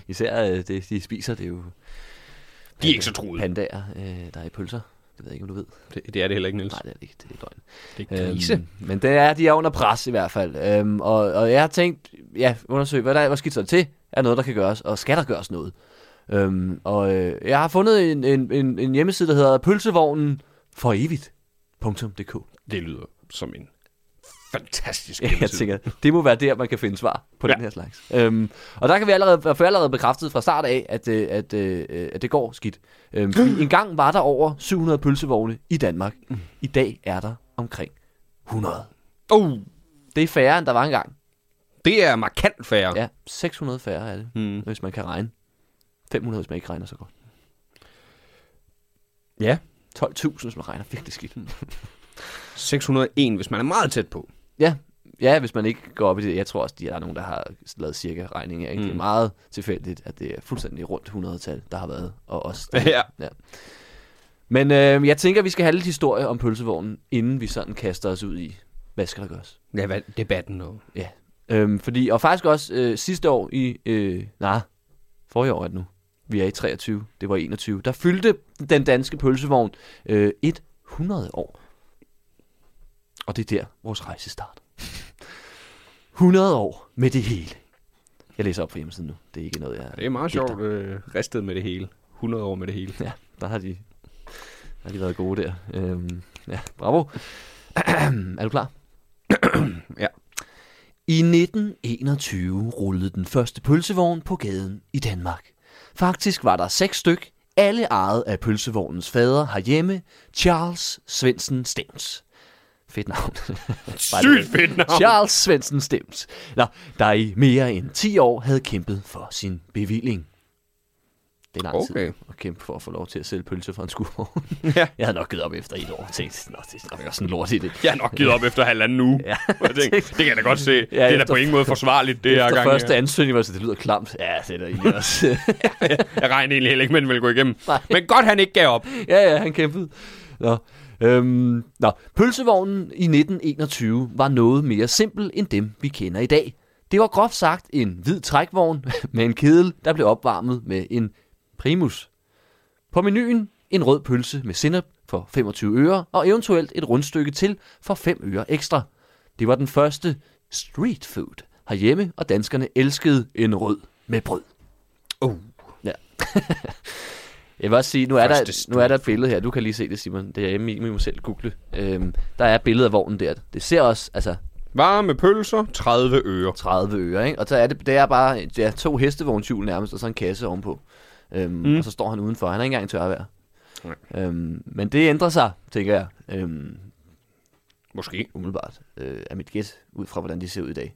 Speaker 2: især øh, det, de spiser, det er jo
Speaker 1: De er ikke så truet.
Speaker 2: pandaer, øh, der er i pølser. Det ved jeg ikke, om du ved.
Speaker 1: Det, det er det heller ikke, Niels.
Speaker 2: Nej, det er det ikke. Det er løgn.
Speaker 1: Det er grise.
Speaker 2: Øhm, men det er, de er under pres i hvert fald. Øhm, og, og jeg har tænkt, ja, undersøg, hvad der hvad skidt der til, er noget, der kan gøres, og skal der gøres noget? Øhm, og øh, jeg har fundet en, en, en, en hjemmeside, der hedder pølsevognen for evigt.dk.
Speaker 1: Det lyder som en
Speaker 2: [laughs]
Speaker 1: fantastisk
Speaker 2: Jeg
Speaker 1: hjemmeside.
Speaker 2: tænker, det må være der, man kan finde svar på ja.
Speaker 1: Ja.
Speaker 2: den her slags. Øhm, og der kan vi allerede, i hvert fald allerede bekræftet fra start af, at, øh, at, øh, at det går skidt. Øhm, fordi
Speaker 1: [gasps]
Speaker 2: en gang var der over 700 pølsevogne i Danmark.
Speaker 1: Mm.
Speaker 2: I dag er der omkring 100.
Speaker 1: Oh,
Speaker 2: Det er færre, end der var engang.
Speaker 1: det er markant færre.
Speaker 2: Ja, 600 færre er det,
Speaker 1: Mm.
Speaker 2: hvis man kan regne. 500, hvis man ikke regner så godt.
Speaker 1: ja.
Speaker 2: 12.000, hvis man regner virkelig skidt.
Speaker 1: Mm. 601, hvis man er meget tæt på.
Speaker 2: Ja, ja, hvis man ikke går op i det. Jeg tror også, de- der er nogen, der har lavet cirka regninger. Ikke? Det er
Speaker 1: Mm.
Speaker 2: meget tilfældigt, at det er fuldstændig rundt 100-tal, der har været. Og
Speaker 1: [laughs]
Speaker 2: også
Speaker 1: Ja.
Speaker 2: Men øh, jeg tænker, vi skal have lidt historie om pølsevognen, inden vi sådan kaster os ud i, hvad skal der gøres?
Speaker 1: Ja, hvad, debatten og...
Speaker 2: Ja. Øhm, fordi, og faktisk også øh, sidste år i, øh, nej, forrige år er det nu, vi er i 23, det var i 21, der fyldte den danske pølsevogn øh, 100 år. Og det er der, vores rejse starter. 100 år med det hele. Jeg læser op fra hjemmesiden nu, det er ikke noget, jeg...
Speaker 1: Det er meget sjovt, øh, ristet med det hele. 100 år med det hele.
Speaker 2: [laughs] Ja, der har de, der har de været gode der. Øhm, ja, bravo. [clears throat] er du klar?
Speaker 1: Ja.
Speaker 2: I 1921 rullede den første pølsevogn på gaden i Danmark. Faktisk var der seks styk, alle ejet af pølsevognens fader herhjemme, Charles Svendsen Stems. Fedt navn.
Speaker 1: Sygt fedt navn!
Speaker 2: [laughs] Charles Svendsen Stems. Nå, der i mere end 10 år havde kæmpet for sin bevilling. Det er lang
Speaker 1: Okay.
Speaker 2: tid at kæmpe for at få lov til at sælge pølse fra en skurvogn.
Speaker 1: [laughs] Ja.
Speaker 2: Jeg havde nok givet op efter et år og tænkt, Nå, det er nok også en lort i det.
Speaker 1: Jeg har nok givet op efter halvanden uge.
Speaker 2: Ja.
Speaker 1: Ja. Jeg tænkte, [laughs] det kan jeg da godt se. Ja, det er da
Speaker 2: efter-
Speaker 1: på ingen måde forsvarligt, det her
Speaker 2: efter
Speaker 1: gang.
Speaker 2: første
Speaker 1: Første...
Speaker 2: ansøgning var det, så, det lyder klamt. Ja, det er der i også.
Speaker 1: Jeg regnede egentlig heller ikke, med, at den ville gå igennem.
Speaker 2: Nej.
Speaker 1: Nej. Men godt, han ikke gav op.
Speaker 2: [laughs] ja, ja, han kæmpede. Nå. Øhm, nå. Pølsevognen i 1921 var noget mere simpel end dem, vi kender i dag. Det var groft sagt en hvid trækvogn [laughs] med en kedel, der blev opvarmet med en primus. På menuen en rød pølse med sennep for 25 øre og eventuelt et rundstykke til for 5 øre ekstra. Det var den første street food herhjemme, og danskerne elskede en rød med brød.
Speaker 1: Oh.
Speaker 2: Ja. Jeg vil også sige, nu er,
Speaker 1: Første
Speaker 2: der, nu er der et billede her. Du kan lige se det, Simon. Det er hjemme i, vi må selv google. Øhm, der er et billede af vognen der. Det ser også, altså
Speaker 1: Varme pølser, 30 øre.
Speaker 2: 30 øre, ikke? Og så er det, det er bare det er to hestevognshjul nærmest, og så en kasse ovenpå. Øhm, mm. Og så står han udenfor. Han er ikke engang tørvejr.
Speaker 1: Nej.
Speaker 2: Øhm, men det ændrer sig, tænker jeg. Øhm,
Speaker 1: Måske.
Speaker 2: umiddelbart, øh, er mit gæt, ud fra hvordan de ser ud i dag.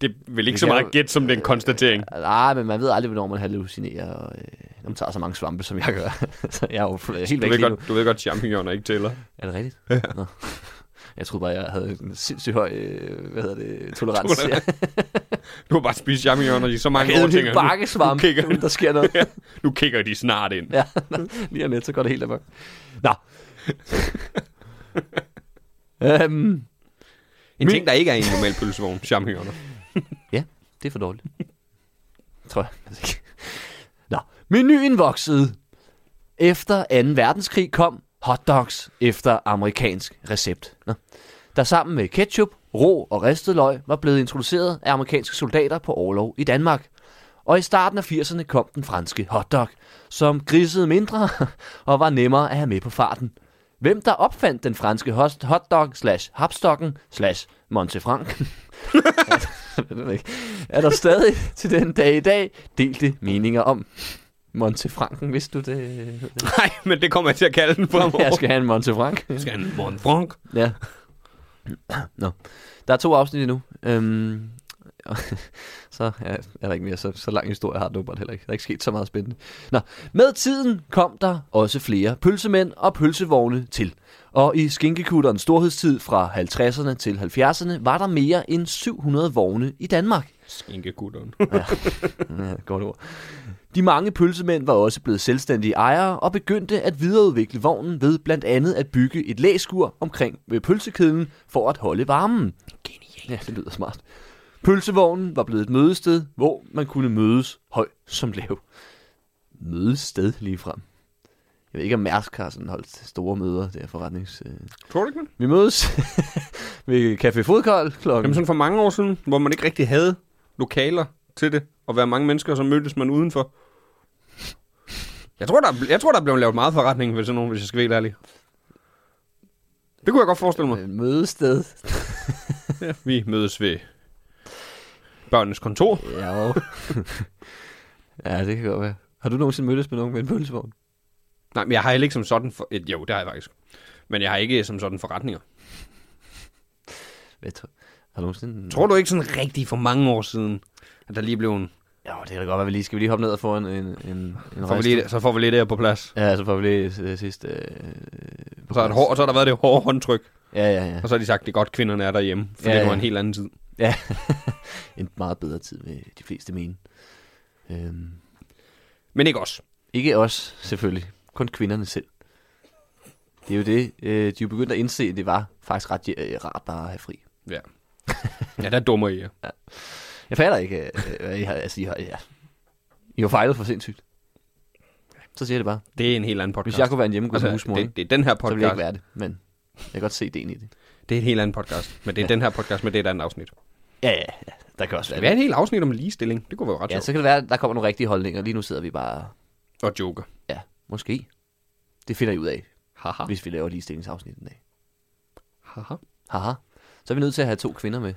Speaker 1: Det er vel ikke
Speaker 2: Det
Speaker 1: så
Speaker 2: kan
Speaker 1: meget
Speaker 2: jo-
Speaker 1: gæt som den konstatering.
Speaker 2: Altså, Nej, men man ved aldrig, hvornår man hallucinerer, og øh, når man tager så mange svampe, som jeg gør. [laughs] så jeg er jo helt væk
Speaker 1: Du ved
Speaker 2: lige nu.
Speaker 1: godt, du ved godt champignoner ikke tæller.
Speaker 2: Er det rigtigt? Ja. Nå. [laughs] Jeg troede bare, jeg havde en sindssygt høj, øh, hvad hedder det,
Speaker 1: [laughs]
Speaker 2: tolerans.
Speaker 1: Tolerance. Du har bare spist champignoner i så mange
Speaker 2: Jeg
Speaker 1: år,
Speaker 2: en hel
Speaker 1: tænker jeg,
Speaker 2: bakkesvamp,
Speaker 1: nu kigger
Speaker 2: uden der sker
Speaker 1: [laughs]
Speaker 2: noget.
Speaker 1: nu, nu kigger de snart ind.
Speaker 2: ja, [laughs] lige om lidt, så går det helt amok.
Speaker 1: [laughs]
Speaker 2: Nå. øhm,
Speaker 1: En
Speaker 2: Min-
Speaker 1: ting, der ikke er i en normal pølsevogn, champignoner.
Speaker 2: det er for dårligt. [laughs] Tror jeg. altså ikke. Nå, menuen voksede. Efter 2. verdenskrig kom hotdogs efter amerikansk recept. Nå. Der sammen med ketchup, rå og ristet løg var blevet introduceret af amerikanske soldater på overlov i Danmark. Og i starten af 80'erne kom den franske hotdog, som grisede mindre [laughs] og var nemmere at have med på farten. Hvem der opfandt den franske hot- hotdog slash hapstokken slash Montefranc, [laughs] Jeg ved ikke. er der stadig til den dag i dag delte meninger om. Montefranken, vidste du det?
Speaker 1: [laughs] Nej, men det kommer [laughs] jeg til at kalde den fremover.
Speaker 2: Jeg skal have en Montefranc.
Speaker 1: skal have en Mont Franc.
Speaker 2: Ja. Nå. Der er to afsnit endnu. Øhm, og [laughs] så ja, er der ikke mere. Så, så lang historie har den åbenbart heller ikke. Der er ikke sket så meget spændende. Nå. Med tiden kom der også flere pølsemænd og pølsevogne til. Og i skinkekutterens storhedstid fra 50'erne til 70'erne var der mere end 700 vogne i Danmark.
Speaker 1: Skinkekutteren.
Speaker 2: [laughs] Ja, godt ord. De mange pølsemænd var også blevet selvstændige ejere og begyndte at videreudvikle vognen ved blandt andet at bygge et læskur omkring ved pølsekæden for at holde varmen. Genialt. Ja, det lyder smart. Pølsevognen var blevet et mødested, hvor man kunne mødes høj som lav. Mødested ligefrem. Jeg ved ikke, om Mærsk har sådan holdt store møder der forretnings... øh.
Speaker 1: Tror du ikke det?
Speaker 2: Vi mødes [laughs] ved Café Fodkold klokken
Speaker 1: Jamen sådan for mange år siden, hvor man ikke rigtig havde lokaler til det, og være mange mennesker, så mødtes man udenfor. Jeg tror, der er, ble- jeg tror, der er blevet lavet meget forretning ved sådan nogen, hvis jeg skal være helt ærlig. Det kunne jeg godt forestille mig.
Speaker 2: Øh, Mødested.
Speaker 1: Vi mødes ved børnenes kontor.
Speaker 2: Ja. [laughs] ja, det kan godt være. Har du nogensinde mødtes med nogen med en pølsevogn?
Speaker 1: Nej, men jeg har heller ikke som sådan... For... eh, Jo, det har jeg faktisk. Men jeg har ikke som sådan forretninger.
Speaker 2: Hvad tror Har du nogensinde...
Speaker 1: Tror du ikke sådan rigtig for mange år siden, at der lige blev en...
Speaker 2: Jo, det kan da godt være, vi lige skal vi lige hoppe ned og få en, en, en, en
Speaker 1: Får vi lige, så får vi lige det her på plads.
Speaker 2: Ja, så får vi lige øh, sidste... Øh,
Speaker 1: Og så, er det hår, og så har der været det hårde håndtryk.
Speaker 2: Ja, ja, ja.
Speaker 1: Og så har de sagt, det er godt, kvinderne er derhjemme. For
Speaker 2: Ja,
Speaker 1: det var
Speaker 2: ja.
Speaker 1: en helt anden tid.
Speaker 2: ja. en meget bedre tid, vil de fleste mene. Øhm,
Speaker 1: Men ikke os.
Speaker 2: ikke os, selvfølgelig. Kun kvinderne selv. Det er jo det, øh, de er jo begyndt at indse, at det var faktisk ret øh, rart bare at have fri.
Speaker 1: Ja. ja, der dummer I jer.
Speaker 2: Jeg fatter ikke, øh, hvad I har, altså, I har, ja. I har fejlet for sindssygt. Så siger jeg det bare.
Speaker 1: Det er en helt anden podcast.
Speaker 2: Hvis jeg kunne være en hjemmegående altså,
Speaker 1: altså,
Speaker 2: husmor, ikke,
Speaker 1: det, det, er den her
Speaker 2: så ville jeg ikke
Speaker 1: podcast.
Speaker 2: være det. Men jeg kan godt se ideen i det.
Speaker 1: Det er en helt anden podcast. Men det er den her podcast, men det er et andet afsnit.
Speaker 2: Ja, ja, ja. Der kan også
Speaker 1: Det
Speaker 2: være
Speaker 1: er
Speaker 2: det.
Speaker 1: et helt afsnit om ligestilling. Det kunne være ret
Speaker 2: Ja,
Speaker 1: sjovt.
Speaker 2: så kan det være, at der kommer nogle rigtige holdninger. Lige nu sidder vi bare,
Speaker 1: Og joker.
Speaker 2: ja, måske. Det finder I ud af,
Speaker 1: Haha.
Speaker 2: hvis vi laver ligestillingsafsnit en dag.
Speaker 1: Haha.
Speaker 2: Haha. Så er vi nødt til at have to kvinder med.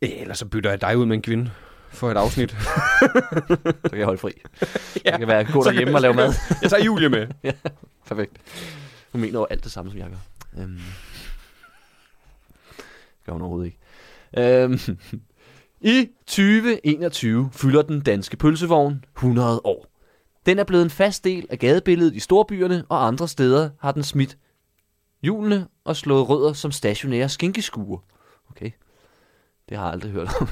Speaker 1: Eh, Ellers så bytter jeg dig ud med en kvinde for et
Speaker 2: [laughs]
Speaker 1: afsnit.
Speaker 2: Så kan jeg [laughs] holde fri.
Speaker 1: Ja.
Speaker 2: ja. Jeg kan være god
Speaker 1: Så kan-
Speaker 2: derhjemme og lave mad.
Speaker 1: jeg tager Julie med.
Speaker 2: Perfekt. Hun mener jo alt det samme, som jeg gør. Øhm. Det gør hun overhovedet ikke. Øhm. [laughs] I 2021 fylder den danske pølsevogn 100 år. Den er blevet en fast del af gadebilledet i storbyerne, og andre steder har den smidt hjulene og slået rødder som stationære skinkeskuer. Okay, det har jeg aldrig hørt om.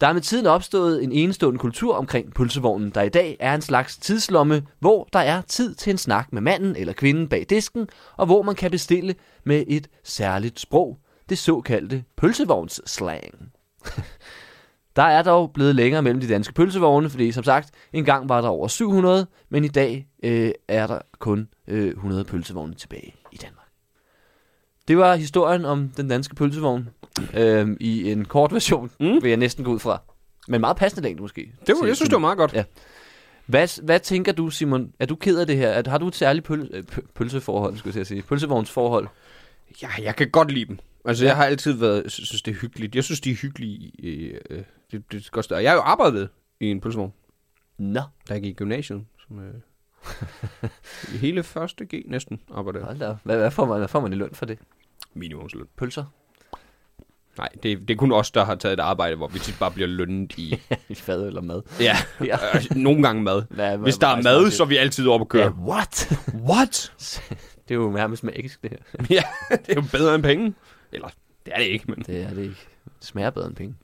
Speaker 2: Der er med tiden opstået en enestående kultur omkring pølsevognen, der i dag er en slags tidslomme, hvor der er tid til en snak med manden eller kvinden bag disken, og hvor man kan bestille med et særligt sprog, det såkaldte pølsevognsslang. [laughs] der er dog blevet længere mellem de danske pølsevogne, fordi som sagt, engang var der over 700, men i dag øh, er der kun øh, 100 pølsevogne tilbage i Danmark. Det var historien om den danske pølsevogn øh, i en kort version,
Speaker 1: Mm.
Speaker 2: mm. vil jeg næsten gå ud fra. Men meget passende længde måske.
Speaker 1: Det var, jeg synes, det var meget godt.
Speaker 2: Ja. Hvad, hvad tænker du, Simon? Er du ked af det her? Er, har du et særligt pøl, øh, pø- pølseforhold, skulle jeg til at sige? Pølsevognsforhold?
Speaker 1: Ja, jeg kan godt lide dem. Altså, jeg har altid været, sy- synes, det er hyggeligt. Jeg synes, de er hyggelige. Øh, øh, det, det er godt sted. Og Jeg har jo arbejdet i en pølsevogn,
Speaker 2: Nå.
Speaker 1: [laughs] da jeg gik i gymnasiet. Som, øh, I hele første G næsten arbejder jeg.
Speaker 2: Hold da. op. Hvad, hvad, får man, hvad får man i løn for det?
Speaker 1: minimumsløn.
Speaker 2: Pølser?
Speaker 1: Nej, det, det er kun os, der har taget et arbejde, hvor vi tit bare bliver lønnet [laughs] i...
Speaker 2: [laughs] I fad eller mad?
Speaker 1: ja,
Speaker 2: Ja.
Speaker 1: øh, nogle gange mad.
Speaker 2: Hvad,
Speaker 1: Hvis der er mad, så er vi altid oppe at
Speaker 2: Ja,
Speaker 1: køre.
Speaker 2: what? [laughs]
Speaker 1: What?
Speaker 2: det er jo nærmest magisk, det her.
Speaker 1: ja, det er jo bedre end penge. Eller, det er det ikke, men...
Speaker 2: Det er det ikke. Det smager bedre end penge.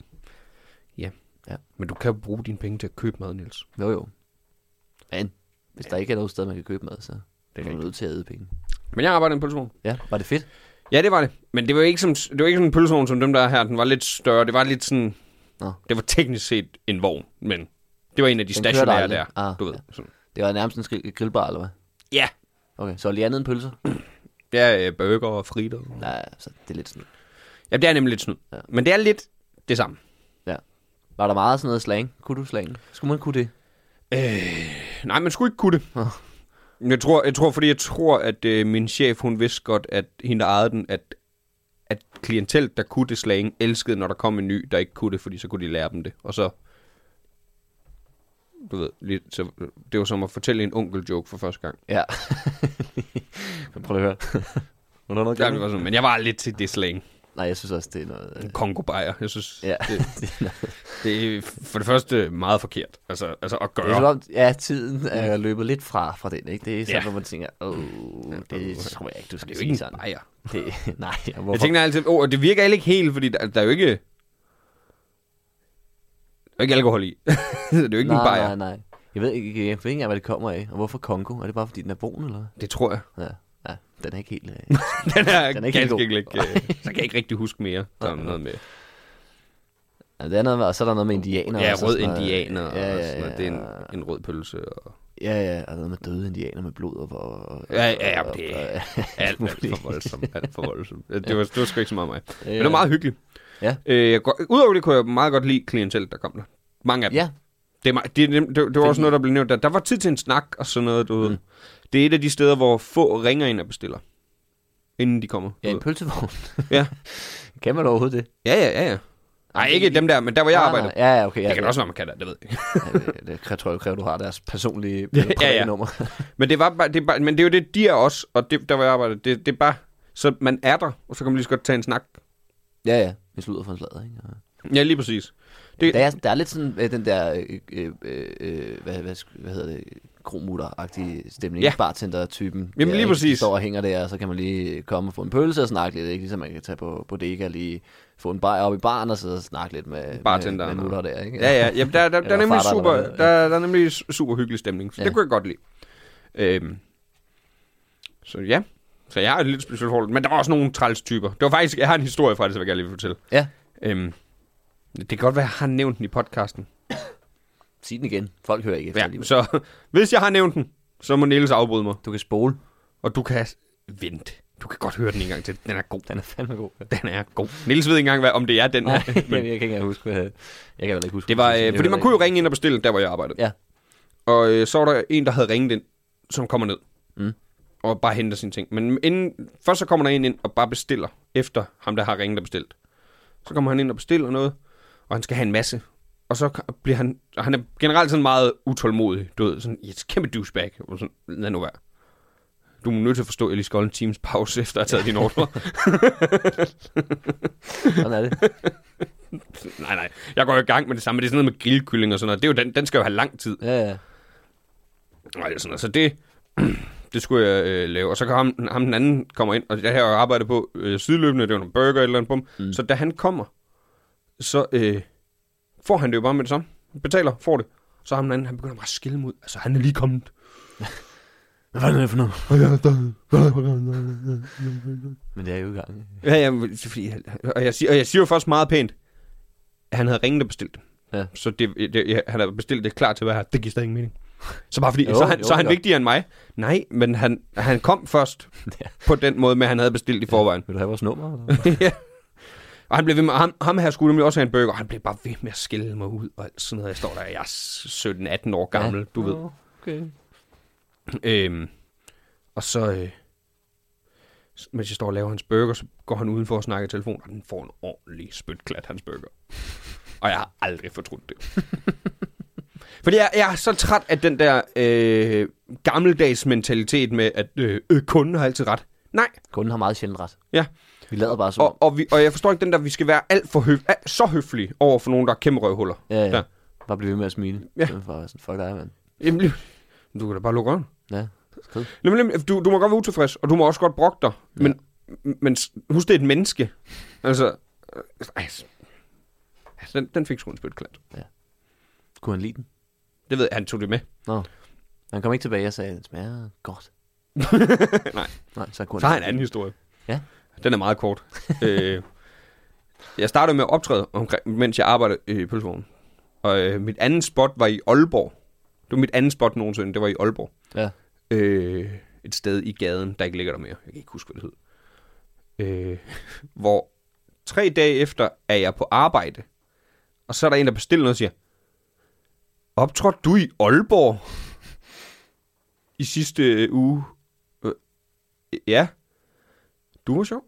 Speaker 1: Men du kan jo bruge dine penge til at købe mad, Niels.
Speaker 2: Jo, jo. Men hvis der ikke er noget sted, man kan købe mad, så er man
Speaker 1: rigtigt.
Speaker 2: nødt til at æde penge.
Speaker 1: Men jeg arbejder i en pølsevogn.
Speaker 2: Ja, var det fedt?
Speaker 1: Ja, det var det. Men det var ikke, som, det var ikke sådan en pølsevogn som dem, der er her. Den var lidt større. Det var lidt sådan...
Speaker 2: Nå.
Speaker 1: Det var teknisk set en vogn, men det var en af de
Speaker 2: Den kørte
Speaker 1: stationære
Speaker 2: aldrig.
Speaker 1: der.
Speaker 2: Ah,
Speaker 1: du ved.
Speaker 2: ja.
Speaker 1: Sådan.
Speaker 2: Det var nærmest en skri- grillbar, eller hvad?
Speaker 1: Ja,
Speaker 2: Okay, så lige andet end [clears throat] pølser?
Speaker 1: det er øh, burger og fritter.
Speaker 2: Nej, så det er lidt sådan.
Speaker 1: Ja, det er nemlig lidt snyd.
Speaker 2: Ja.
Speaker 1: Ja. Men det er lidt det samme.
Speaker 2: Var der meget sådan noget slang? Kunne du slang? Skulle man kunne det?
Speaker 1: Nej, man skulle ikke kunne det.
Speaker 2: Nå.
Speaker 1: Jeg tror, jeg tror, fordi jeg tror, at øh, min chef, hun vidste godt, at hende, der ejede den, at, at klientel, der kunne det slang, elskede, når der kom en ny, der ikke kunne det, fordi så kunne de lære dem det. Og så, du ved, lidt, så, det var som at fortælle en onkel-joke for første gang.
Speaker 2: Ja. [laughs] Prøv lige at høre. Hvornår noget
Speaker 1: Der, var sådan, men jeg var lidt til det slang.
Speaker 2: Nej, jeg synes også, det er noget... øh,
Speaker 1: En kongobajer. Jeg synes,
Speaker 2: Ja. [laughs]
Speaker 1: det, det er for det første meget forkert altså, altså at
Speaker 2: Det er som
Speaker 1: gøre.
Speaker 2: om, ja, tiden er løbet lidt fra, fra den, ikke? Det er sådan,
Speaker 1: Ja.
Speaker 2: hvor man tænker, åh, det tror jeg ikke, du skal
Speaker 1: Det er jo ikke
Speaker 2: sige
Speaker 1: en
Speaker 2: sådan.
Speaker 1: bajer.
Speaker 2: [laughs] Det, nej, og
Speaker 1: Jeg
Speaker 2: hvorfor?
Speaker 1: tænker altid, åh, oh, det virker heller ikke helt, fordi der, der er jo ikke... Der er ikke alkohol i. [laughs] det er jo ikke en
Speaker 2: nej,
Speaker 1: bajer.
Speaker 2: nej, nej. Jeg ved, ikke, jeg ved ikke engang, hvad det kommer af. Og hvorfor Kongo? Er det bare, fordi den er brun, eller? hvad?
Speaker 1: Det tror jeg.
Speaker 2: Ja, ja den er ikke helt... Øh,
Speaker 1: [laughs] Den
Speaker 2: [laughs] Den
Speaker 1: er, den
Speaker 2: er
Speaker 1: er
Speaker 2: ikke helt
Speaker 1: ganske
Speaker 2: god.
Speaker 1: ikke,
Speaker 2: [laughs]
Speaker 1: ikke øh, Så kan jeg ikke rigtig huske mere. Der er
Speaker 2: Nej.
Speaker 1: noget med
Speaker 2: ja, det er noget, med- og så er der noget med indianer.
Speaker 1: ja,
Speaker 2: og så
Speaker 1: rød
Speaker 2: sådan noget- øh,
Speaker 1: indianer. Ja, ja, ja, og sådan noget. Det er
Speaker 2: og-
Speaker 1: en, en rød pølse. Og...
Speaker 2: Ja, ja, og noget med døde indianer med blod og... og
Speaker 1: Ja, ja, ja,
Speaker 2: og-
Speaker 1: det
Speaker 2: og-
Speaker 1: er [laughs] alt, alt for
Speaker 2: [laughs]
Speaker 1: voldsomt. Alt for voldsomt. Det var, det var sgu ikke så meget mig. Men det
Speaker 2: ja.
Speaker 1: var meget hyggeligt.
Speaker 2: Ja.
Speaker 1: Øh, jeg går, udover det kunne jeg meget godt lide klientel, der kom der. Mange af dem.
Speaker 2: Ja,
Speaker 1: Det, er, me- det, det, det, det var også noget, der blev nævnt. Der, der var tid til en snak og sådan noget, du mm. ved. Det er et af de steder, hvor få ringer ind og bestiller, inden de kommer. du
Speaker 2: ja, en
Speaker 1: ved.
Speaker 2: pølsevogn. [laughs]
Speaker 1: Ja.
Speaker 2: kan man overhovedet det?
Speaker 1: [laughs] ja, ja, ja, ja. Nej, ikke dem der, men der, hvor jeg
Speaker 2: Nej,
Speaker 1: arbejder.
Speaker 2: nej, Ja, ja, okay. Ja,
Speaker 1: Ah, Det kan også være, man kan det, det ved jeg ikke.
Speaker 2: Ja, det, det, jeg tror, jeg kræver, du har deres personlige
Speaker 1: Ja, ja.
Speaker 2: ja, ja. nummer.
Speaker 1: Men det, var bare, det er bare, men det er jo det, de er også, og det, der, hvor jeg arbejder, det, det er bare, så man er der, og så kan man lige så godt tage en snak.
Speaker 2: ja, ja. Vi slutter for en slader, ikke? Og-
Speaker 1: Ja, lige præcis. Det,
Speaker 2: Der er, der er lidt sådan øh, den der, øh, øh, øh, hvad, hvad, sk- hvad hedder det, kromutter-agtig stemning,
Speaker 1: Ja.
Speaker 2: ja. bartender-typen.
Speaker 1: Jamen,
Speaker 2: Ja,
Speaker 1: lige
Speaker 2: ikke? De
Speaker 1: præcis.
Speaker 2: står og hænger der, og så kan man lige komme og få en pølse og snakke lidt, ikke? Ligesom man kan tage på bodega og lige få en bajer op i baren og sidde og snakke lidt med, med,
Speaker 1: Bartenderen
Speaker 2: med
Speaker 1: og-
Speaker 2: mutter der, ikke?
Speaker 1: Ja, ja. Jamen, der, der, der,
Speaker 2: Eller
Speaker 1: er nemlig
Speaker 2: farter,
Speaker 1: super,
Speaker 2: eller hvad
Speaker 1: der,
Speaker 2: det
Speaker 1: der er nemlig su- super hyggelig stemning. Så
Speaker 2: Ja.
Speaker 1: det kunne jeg godt lide. Øhm. Så ja. Så jeg har et lidt specielt forhold. Men der var også nogle træls typer. Det var faktisk, jeg har en historie fra det, så vil jeg gerne lige fortælle.
Speaker 2: Ja.
Speaker 1: Øhm. Det kan godt være, jeg har nævnt den i podcasten.
Speaker 2: Sig den igen. Folk hører ikke efter
Speaker 1: Ja,
Speaker 2: alligevel.
Speaker 1: så [laughs] hvis jeg har nævnt den, så må Niels afbryde mig.
Speaker 2: Du kan spole.
Speaker 1: Og du kan vente. Du kan godt høre den en gang til. Den er god.
Speaker 2: Den er fandme god. Ja.
Speaker 1: Den er god. Niels ved ikke engang, hvad, om det er den
Speaker 2: Nej,
Speaker 1: her.
Speaker 2: [laughs] jeg kan ikke engang huske, hvad... Jeg kan heller ikke huske.
Speaker 1: Det [laughs] var,
Speaker 2: hvad jeg
Speaker 1: øh,
Speaker 2: siger.
Speaker 1: fordi man kunne jo ringe ind og bestille, der hvor jeg arbejdede.
Speaker 2: Ja.
Speaker 1: Og øh, så var der en, der havde ringet ind, som kommer ned.
Speaker 2: Mm.
Speaker 1: Og bare henter sine ting. Men inden, først så kommer der en ind og bare bestiller, efter ham, der har ringet og bestilt. Så kommer han ind og bestiller noget, og han skal have en masse. Og så k- bliver han, og han er generelt sådan meget utålmodig, du ved, sådan, yes, kæmpe douchebag. Og sådan, lad nu være. Du er nødt til at forstå, at jeg lige skal holde en times pause, efter at have taget din ordre.
Speaker 2: Sådan er det.
Speaker 1: nej, nej, jeg går jo i gang med det samme. Det er sådan noget med grillkylling og sådan noget. Det er jo den, den skal jo have lang tid.
Speaker 2: Ja, ja.
Speaker 1: Og alt sådan noget. Så det, [clears throat] det skulle jeg øh, lave. Og så kom ham, ham den anden kommer ind, og jeg har jo arbejdet på øh, sideløbende, det var nogle burger eller en bum. Mm. Så da han kommer, så øh, får han det jo bare med det samme. Han Betaler, får det. Så ham den anden, han begynder bare at skille mod. Altså, han er lige kommet.
Speaker 2: Hvad er det for noget? Men det er jo i gang.
Speaker 1: Ja, ja, men det er fordi, og, jeg siger, og jeg siger jo først meget pænt, at han havde ringet og bestilt det.
Speaker 2: Ja.
Speaker 1: Så det, det, ja, han havde bestilt det klar til at være her. Det giver stadig ingen mening. Så bare fordi,
Speaker 2: Jo,
Speaker 1: jo, så, er han,
Speaker 2: jo,
Speaker 1: jo, så er han
Speaker 2: jo.
Speaker 1: vigtigere end mig. Nej, men han, han kom [laughs] først
Speaker 2: Ja.
Speaker 1: på den måde med, at han havde bestilt i forvejen.
Speaker 2: Vil du have vores nummer? Eller?
Speaker 1: ja. Og han blev ved med, ham, ham her skulle nemlig også have en burger, og han blev bare ved med at skælde mig ud, og alt sådan noget. Jeg står der, jeg er 17-18 år gammel, ja. du ved.
Speaker 2: Okay.
Speaker 1: Øhm, og så, øh, s- mens jeg står og laver hans burger, så går han udenfor og snakker i telefon, og den får en ordentlig spytklat, hans burger. Og jeg har aldrig fortrudt det. Fordi jeg, jeg er så træt af den der øh, gammeldags mentalitet med, at øh, øh, kunden har altid ret. Nej.
Speaker 2: Kunden har meget sjældent ret.
Speaker 1: Ja.
Speaker 2: Vi lader bare som om.
Speaker 1: Og, og, vi, og jeg forstår ikke den der, vi skal være alt for høf, alt, så høflige over for nogen, der er kæmpe røvhuller.
Speaker 2: Ja, ja.
Speaker 1: Ja.
Speaker 2: Bare blive ved med at smile.
Speaker 1: Ja.
Speaker 2: Det er bare sådan, fuck dig, mand.
Speaker 1: Jamen, lige- du kan da bare lukke øjnene.
Speaker 2: Ja, skrid.
Speaker 1: Jamen, jamen, du, du må godt være utilfreds, og du må også godt brokke dig. Ja. Men, men s- husk, det er et menneske. Altså, øh, ej, s- altså den, den fik sgu en spytklat.
Speaker 2: Kunne han lide den?
Speaker 1: Det ved jeg, han tog det med.
Speaker 2: Han kom ikke tilbage og sagde, den smager godt.
Speaker 1: Nej.
Speaker 2: Nej, så kunne
Speaker 1: Så har
Speaker 2: han
Speaker 1: jeg en anden historie.
Speaker 2: Ja.
Speaker 1: Den er meget kort. [laughs] øh, jeg startede med at optræde, omkring, mens jeg arbejdede i pølsevognen. Og øh, mit andet spot var i Aalborg. Det var mit andet spot nogensinde, det var i Aalborg.
Speaker 2: Ja.
Speaker 1: Øh, et sted i gaden, der ikke ligger der mere. Jeg kan ikke huske, hvad det hed. Øh, [laughs] hvor tre dage efter er jeg på arbejde. Og så er der en, der bestiller noget og siger, optrådte du i Aalborg i sidste øh, uge? Øh, ja. Du
Speaker 2: [laughs]
Speaker 1: var sjov.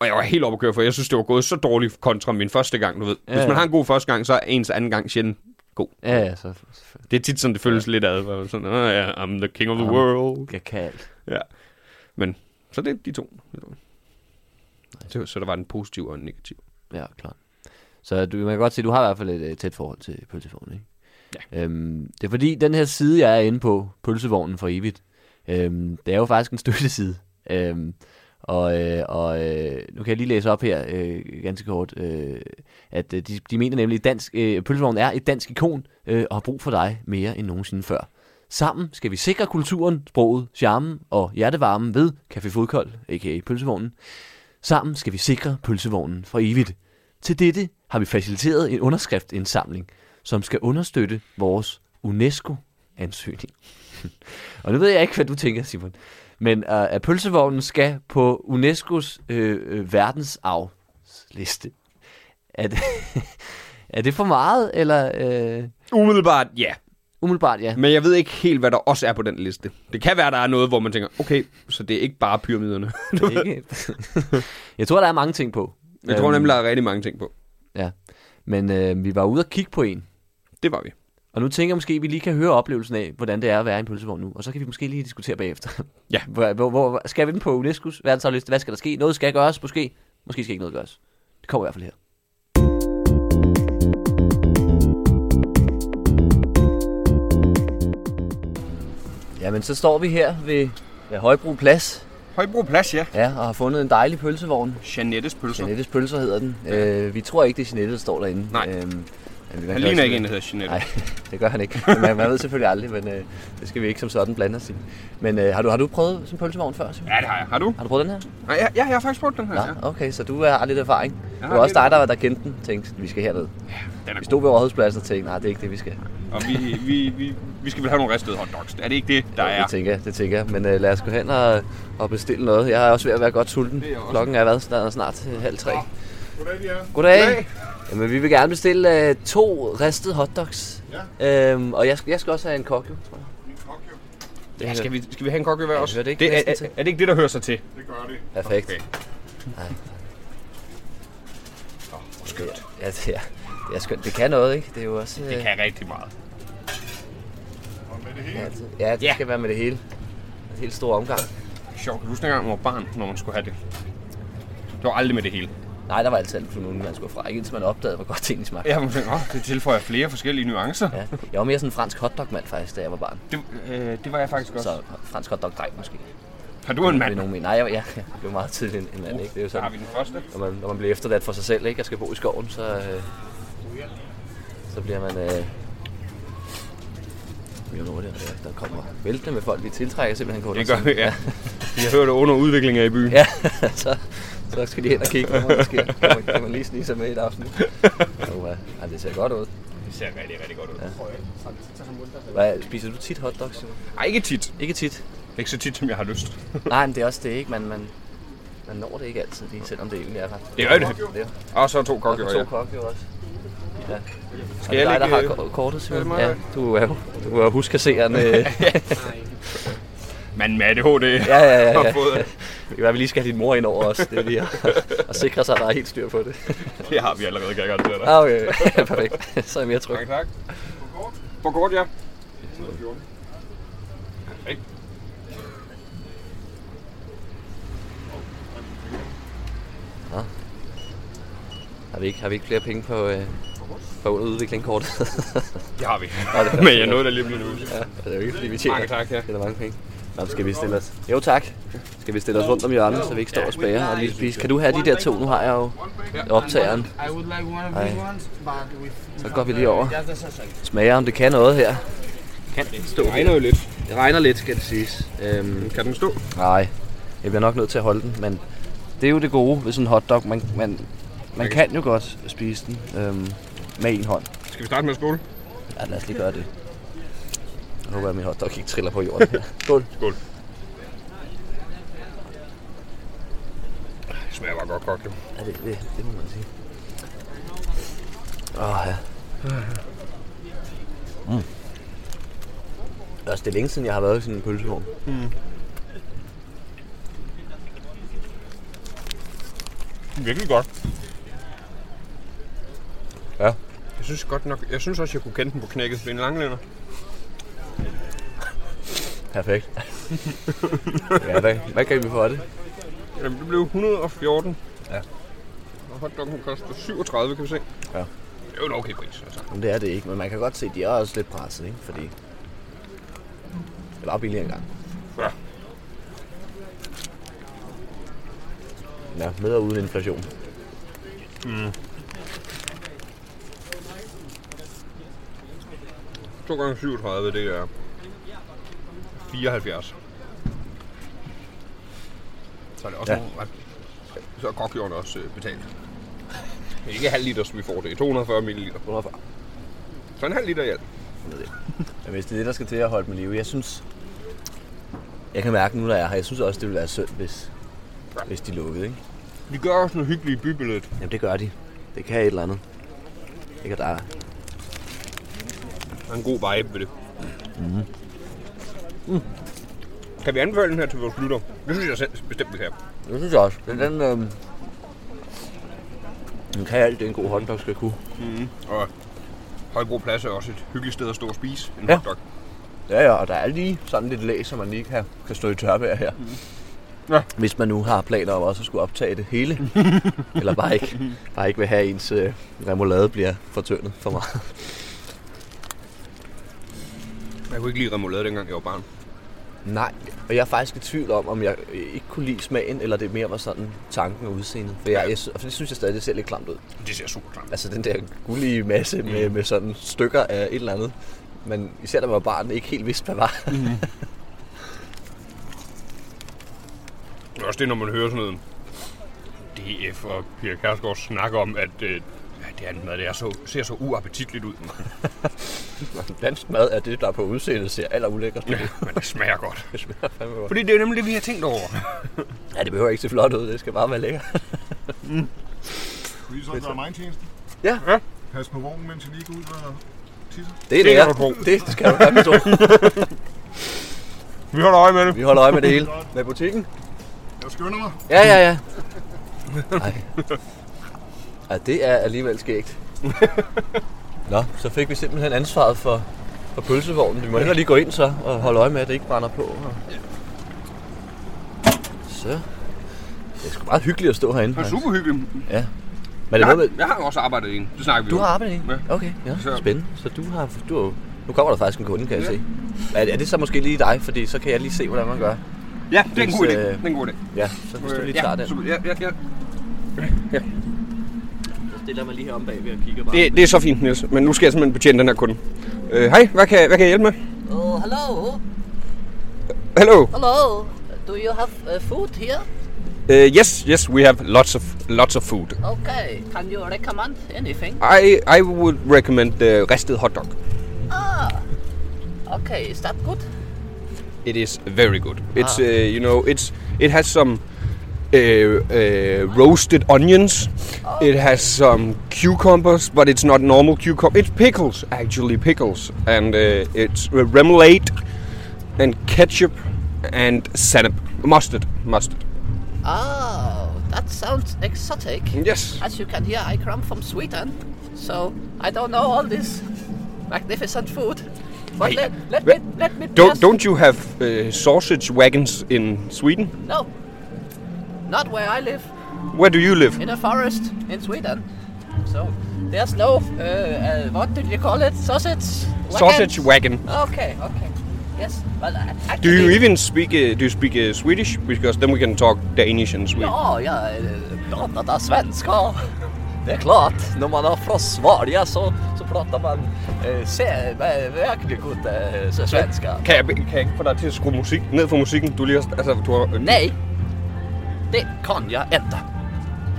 Speaker 1: og jeg var helt oppe at køre, for jeg synes, det var gået så dårligt kontra min første gang, du ved. Hvis
Speaker 2: Ja.
Speaker 1: man har en god første gang, så er ens anden gang sjældent god.
Speaker 2: Ja, ja, så så-
Speaker 1: Det er tit sådan, det føles lidt ad. hvor man Sådan, oh, yeah, I'm the king of the
Speaker 2: Ja.
Speaker 1: world.
Speaker 2: jeg kan alt.
Speaker 1: Ja. Men, så det er de to. Det var, så der var en positiv og en negativ.
Speaker 2: Ja, klart. Så du, man kan godt se, du har i hvert fald et øh, tæt forhold til pølsevognen, ikke? Ja. Øhm, det er fordi, den her side, jeg er inde på, pølsevognen for evigt, øhm, det er jo faktisk en støtteside. Øhm, og øh, og øh, nu kan jeg lige læse op her øh, ganske kort, øh, at øh, de, de mener nemlig, at dansk, øh, pølsevognen er et dansk ikon øh, og har brug for dig mere end nogensinde før. Sammen skal vi sikre kulturen, sproget, charmen og hjertevarmen ved Café Fodkold, a.k.a. Pølsevognen, Sammen skal vi sikre pølsevognen for evigt. Til dette har vi faciliteret en underskriftindsamling, som skal understøtte vores UNESCO-ansøgning. [laughs] og nu ved jeg ikke, hvad du tænker, Simon. Men øh, at pølsevognen skal på UNESCO's øh, øh, verdensarvsliste. Er det, [laughs] er det for meget, eller... Øh,
Speaker 1: Umiddelbart, ja. Yeah.
Speaker 2: umiddelbart
Speaker 1: [laughs]
Speaker 2: ja.
Speaker 1: Men jeg ved ikke helt, hvad der også er på den liste. Det kan være, der er noget, hvor man tænker, okay, så det er ikke bare pyramiderne.
Speaker 2: Det er ikke- [laughs] jeg tror, der er mange ting på.
Speaker 1: Jeg tror
Speaker 2: Øhm,
Speaker 1: nemlig, der er rigtig mange ting på.
Speaker 2: Men øh, vi var ude og kigge på en,
Speaker 1: Det var vi.
Speaker 2: Og nu tænker jeg måske, at vi lige kan høre oplevelsen af, hvordan det er at være i en pølsevogn nu. Og så kan vi måske lige diskutere bagefter.
Speaker 1: Ja.
Speaker 2: [laughs] Hvor, hvor, hvor skal vi den på UNESCO's verdensarvliste? Hvad skal der ske? Noget skal gøres, måske. Måske skal ikke noget gøres. Det kommer i hvert fald her. Jamen, så står vi her ved, ved Højbro Plads,
Speaker 1: Højbro Plads, ja.
Speaker 2: ja, og har fundet en dejlig pølsevogn.
Speaker 1: Janettes pølser.
Speaker 2: Janettes pølser hedder den. Øh, vi tror ikke, det er Janette, der står derinde.
Speaker 1: Nej.
Speaker 2: Øhm, men man
Speaker 1: Han
Speaker 2: kan
Speaker 1: ligner
Speaker 2: også-
Speaker 1: ikke en, der hedder Janette.
Speaker 2: Nej, [laughs] det gør han ikke. Man, man ved selvfølgelig aldrig, men øh, det skal vi ikke som sådan blande os i. Men øh, har, du, har du prøvet sådan en pølsevogn før? Simon?
Speaker 1: Ja, det har jeg. Har du?
Speaker 2: Har du prøvet den her?
Speaker 1: Nej, ja, ja, jeg har faktisk brugt den her. Ja.
Speaker 2: Ja, okay, så du øh, har lidt erfaring. Det
Speaker 1: har
Speaker 2: var også dig,
Speaker 1: lidt
Speaker 2: der, der kendte den, tænkte, vi skal herned.
Speaker 1: Den
Speaker 2: Vi
Speaker 1: er god.
Speaker 2: stod ved rådhuspladsen og tænkte, nej, det er ikke det, vi skal.
Speaker 1: Og vi, vi, vi, vi skal vel have nogle ristede hotdogs. Er det ikke det, der er?
Speaker 2: Det tænker jeg, det tænker jeg. Men øh, lad os gå hen og, og bestille noget. Jeg er også ved at være godt sulten.
Speaker 1: er jeg også.
Speaker 2: Klokken er været snart, snart øh, halv tre.
Speaker 5: Goddag, de er.
Speaker 2: Goddag.
Speaker 1: Goddag.
Speaker 2: Jamen, vi vil gerne bestille øh, to ristede hotdogs. Ja. Øhm, og jeg, skal- jeg skal også have en kok, jo, tror jeg.
Speaker 1: Ja, skal, vi, skal vi have en kokke hver også?
Speaker 2: hører det ikke
Speaker 1: det er,
Speaker 2: næsten
Speaker 1: er, er det ikke det, der hører sig til?
Speaker 5: Det gør det.
Speaker 2: Perfekt.
Speaker 1: Okay.
Speaker 2: Ja, det er, det er skønt. Det kan noget, ikke? Det er jo også... øh,
Speaker 1: Det kan rigtig meget.
Speaker 5: Og med det
Speaker 2: Ja,
Speaker 5: hele.
Speaker 2: det, ja, det
Speaker 1: Ja.
Speaker 2: skal være med det hele. En helt stor omgang.
Speaker 1: Sjovt. Kan du huske dengang, man var barn, når man skulle have det? Det var aldrig med det hele.
Speaker 2: Nej, der var altid alt for nogen, man skulle fra. Ikke indtil man opdagede, hvor godt tingene smagte.
Speaker 1: Ja, man tænkte, åh, det tilføjer flere forskellige nuancer.
Speaker 2: Ja. Jeg var mere sådan en fransk hotdog-mand faktisk, da jeg var barn.
Speaker 1: Det, øh, det var jeg faktisk også.
Speaker 2: Så fransk hotdog-dreng måske. Det
Speaker 1: Har du en
Speaker 2: er
Speaker 1: mand?
Speaker 2: nogen mene. Nej, jeg, jeg, jeg blev meget tidlig en, en mand, ikke? Det er jo
Speaker 1: Så har vi
Speaker 2: sådan,
Speaker 1: den første.
Speaker 2: når man, når man bliver efterladt for sig selv, ikke? Jeg skal bo i skoven, så... Øh, så bliver man... Øh, jo, nu er det, øh, der kommer væltende med folk. Vi tiltrækker simpelthen kunder.
Speaker 1: Det gør vi, [laughs] ja. Vi har hørt under udviklingen af i byen.
Speaker 2: [laughs] Ja, så, så skal de hen og kigge, hvad der sker. Kan man, kan man lige snige sig med i et [laughs] afsnit? Oh, ja. Ej, det ser godt ud.
Speaker 1: Det ser rigtig, rigtig godt ud.
Speaker 2: Hvad, spiser du tit hotdogs, Simon?
Speaker 1: Ej, ikke tit.
Speaker 2: Ikke tit.
Speaker 1: Ikke så tit, som jeg har lyst.
Speaker 2: Nej, men det er også det, ikke? Man, man, man når det ikke altid lige, selvom det egentlig er ret.
Speaker 1: Det gør det.
Speaker 2: Det er
Speaker 1: Og så to
Speaker 2: og
Speaker 1: kokke,
Speaker 2: to kokke jo også. Ja. Skal
Speaker 1: jeg
Speaker 2: jeg dig, der
Speaker 1: lægge, øh,
Speaker 2: har ko- kortet,
Speaker 1: er det
Speaker 2: Simon?
Speaker 1: mig,
Speaker 2: Ja,
Speaker 1: der-
Speaker 2: du er jo du
Speaker 1: [laughs]
Speaker 2: er jo huskasseren. øh.
Speaker 1: Mand med ADHD
Speaker 2: ja, ja, ja,
Speaker 1: [laughs] har
Speaker 2: ja.
Speaker 1: fået
Speaker 2: Det kan være, vi lige skal have din mor ind over os. Det er lige at,
Speaker 1: [laughs]
Speaker 2: at sikre sig, at der er helt styr på det.
Speaker 1: Det har vi allerede, kan jeg garantere dig.
Speaker 2: Ah, [laughs] okay. Perfekt. Så er jeg mere tryg.
Speaker 1: Tak, tak. På kort, ja. Perfekt.
Speaker 2: Har vi ikke, har vi ikke flere penge på, øh, på [laughs] udviklingkortet?
Speaker 1: Det har vi. Men jeg nåede da lige nu.
Speaker 2: det er jo ikke, fordi vi tjener
Speaker 1: Mange tak, ja.
Speaker 2: det er mange penge. Nå, skal vi stille os? Jo tak. Skal vi stille os rundt om hjørnet, så vi ikke står og spærer og lige spise? Kan du have de der to? Nu har jeg jo optageren.
Speaker 6: I would like one of
Speaker 2: Ej.
Speaker 6: these ones, but with
Speaker 2: Så går vi lige over.
Speaker 6: just the sausage.
Speaker 2: Smager, om det kan noget her.
Speaker 1: Det regner jo lidt.
Speaker 2: Det regner lidt, skal det siges. Øhm,
Speaker 1: Kan den stå?
Speaker 2: nej, jeg bliver nok nødt til at holde den, men det er jo det gode ved sådan en hotdog. Man, man, man kan jo godt spise den øhm, med en hånd.
Speaker 1: Skal vi starte med at skåle?
Speaker 2: Ja, lad os lige gøre det. Jeg håber, at min hotdog ikke triller på jorden her. [laughs] Skål.
Speaker 1: Skål. Det smager bare godt kogt, jo.
Speaker 2: Ja, det, det, det må man sige. Åh, ja. Mm. Altså, det er længe siden, jeg har været i sådan en pølsevogn. Mm.
Speaker 1: Virkelig godt.
Speaker 2: Ja.
Speaker 1: Jeg synes godt nok, jeg synes også, jeg kunne kende den på knækket. Det er en langlænder.
Speaker 2: Perfekt. [laughs] ja, hvad, hvad kan vi få af det?
Speaker 1: Jamen, det blev 114. Ja. Og hotdoggen koster 37, kan vi se.
Speaker 2: Ja.
Speaker 1: Det er jo en okay pris, altså.
Speaker 2: Jamen, det er det ikke, men man kan godt se, at de er også lidt presset, ikke? Fordi... Det var billigere engang.
Speaker 1: Ja.
Speaker 2: Ja, med og uden inflation.
Speaker 1: To gange 37, det er 74. Så er det også
Speaker 2: Ja.
Speaker 1: ja. ret... Så er kokkjorden også øh, betalt. Det er ikke halv liter, som vi får det. er 240 ml.
Speaker 2: Hvorfor?
Speaker 1: Så en halv liter i alt.
Speaker 2: Men hvis det er det, der skal til at holde mig live, jeg synes... Jeg kan mærke nu, når jeg er her, jeg synes også, det ville være synd, hvis, hvis de lukkede, ikke?
Speaker 1: De gør også noget hyggeligt i bybilledet.
Speaker 2: Jamen, det gør de. Det kan et eller andet. Ikke, der er...
Speaker 1: Der er en god vibe ved det. Mm. Mm. Kan vi anbefale den her til vores lytter? Det synes jeg selv bestemt, vi kan.
Speaker 2: Det synes jeg også. Den, den, øhm... den kan alt det, en god håndbog skal kunne.
Speaker 1: Og Højbro Plads er også et hyggeligt sted at stå og spise en
Speaker 2: Ja.
Speaker 1: ja. hotdog.
Speaker 2: Ja, ja, og der er lige sådan lidt læs, som man lige kan, kan stå i tørvejr her.
Speaker 1: Ja.
Speaker 2: Mhm. Hvis man nu har planer om også at skulle optage det hele. Eller bare ikke, bare ikke vil have at ens øh, remoulade bliver fortyndet for meget.
Speaker 1: Jeg kunne ikke lide remoulade, dengang jeg var barn.
Speaker 2: Nej, og jeg er faktisk i tvivl om, om jeg øh, ikke kunne lide smagen, eller det mere var sådan tanken og udseendet. For jeg, jeg, sy- og det synes jeg stadig, det ser lidt klamt ud.
Speaker 1: Det ser super klamt.
Speaker 2: Altså den der gullige masse med,
Speaker 1: Mm.
Speaker 2: med sådan stykker af et eller andet. Men især da man var barn, ikke helt vidste, hvad var. [laughs]
Speaker 1: Det er også det, når man hører sådan noget DF og Pia Kærsgaard snakker om, at øh, ja, det andet mad, det er så, ser så uappetitligt ud.
Speaker 2: Dansk mad er det, der på udseendet ser aller ulækkert. ud. [laughs]
Speaker 1: Ja, men det smager godt.
Speaker 2: Det smager fandme godt.
Speaker 1: Fordi det er nemlig det, vi har tænkt over.
Speaker 2: Ja, det behøver ikke se flot ud, det skal bare være lækkert.
Speaker 4: Vil I så gøre mig en tjeneste?
Speaker 2: Ja.
Speaker 1: Ja.
Speaker 4: Pas på vognen, mens I lige går ud og tisser.
Speaker 2: Det er det,
Speaker 1: Det kan du tro.
Speaker 2: det, det skal du have med to.
Speaker 1: [laughs] Vi holder øje med det.
Speaker 2: Vi holder øje med det hele. Med butikken?
Speaker 4: Jeg skynder mig.
Speaker 2: Ja, ja, ja. Ej. Ej, det er alligevel skægt. Nå, så fik vi simpelthen ansvaret for, for pølsevognen. Vi må hellere lige gå ind så og holde øje med, at det ikke brænder på. Og... Så. Det er sgu meget hyggeligt at stå herinde.
Speaker 1: Det er
Speaker 2: faktisk.
Speaker 1: super hyggeligt.
Speaker 2: Ja. Men det er
Speaker 1: Jeg
Speaker 2: noget
Speaker 1: har,
Speaker 2: med,
Speaker 1: jeg har jo også arbejdet i en. Det snakker vi
Speaker 2: du
Speaker 1: om.
Speaker 2: har arbejdet i? en?
Speaker 1: Ja.
Speaker 2: Okay, ja.
Speaker 1: Så-
Speaker 2: Spændende. Så du har... Du, har jo- nu kommer der faktisk en kunde, kan jeg
Speaker 1: Ja.
Speaker 2: se. Er, er det så måske lige dig? Fordi så kan jeg lige se, hvordan man gør.
Speaker 1: Ja, det er en god idé.
Speaker 2: Hvis, øh,
Speaker 1: Det er en god idé.
Speaker 2: Ja, så hvis du
Speaker 1: Øh,
Speaker 2: lige tager
Speaker 1: ja,
Speaker 2: den.
Speaker 1: Super. Ja, ja, ja.
Speaker 2: stiller mig lige herom bagved og kigger bare.
Speaker 1: Det, det er så fint, Niels. Men nu skal jeg simpelthen betjene den her kunde. Øh, Hej, hvad kan, hvad kan jeg hjælpe med?
Speaker 7: Oh, hello,
Speaker 1: Hello.
Speaker 7: hello. Do you have uh, food here?
Speaker 1: Uh, yes, yes, we have lots of lots of food.
Speaker 7: Okay. Can you recommend anything?
Speaker 1: I I would recommend øh, the rested hot dog.
Speaker 7: Ah. Okay. Is that good?
Speaker 1: It is very good. It's uh, you know it's it has some uh, uh, roasted onions. It has some cucumbers, but it's not normal cucumber. It's pickles actually, pickles, and uh, it's uh, remoulade and ketchup and sennep, mustard, mustard.
Speaker 7: Oh, that sounds exotic.
Speaker 1: Yes.
Speaker 7: As you can hear, I come from Sweden, so I don't know all this magnificent food. But
Speaker 1: Hey,
Speaker 7: let, let
Speaker 1: wha-
Speaker 7: me let me
Speaker 1: Don't,
Speaker 7: just-
Speaker 1: don't you have uh, sausage wagons in Sweden?
Speaker 7: no, not where I live
Speaker 1: Where do you live?
Speaker 7: in a forest in Sweden. So there's no uh, uh, what do you call it sausage
Speaker 1: Sausage
Speaker 7: wagons?
Speaker 1: wagon.
Speaker 7: Okay, okay, yes. Well, I-
Speaker 1: Do
Speaker 7: actually,
Speaker 1: you even speak? Uh, do you speak uh, Swedish? Because then we can talk Danish and Swedish.
Speaker 7: Ja, jag eh, pratar da svenska. Det är klart, när man är från Sverige så, så pratar man eh, se, ver- verkligen god eh, så svenska.
Speaker 1: Kan jeg, be- kan jeg ikke få dig til at skrue musik ned for musikken? Du lige har, altså, du har,
Speaker 7: Nej, det kan jag inte.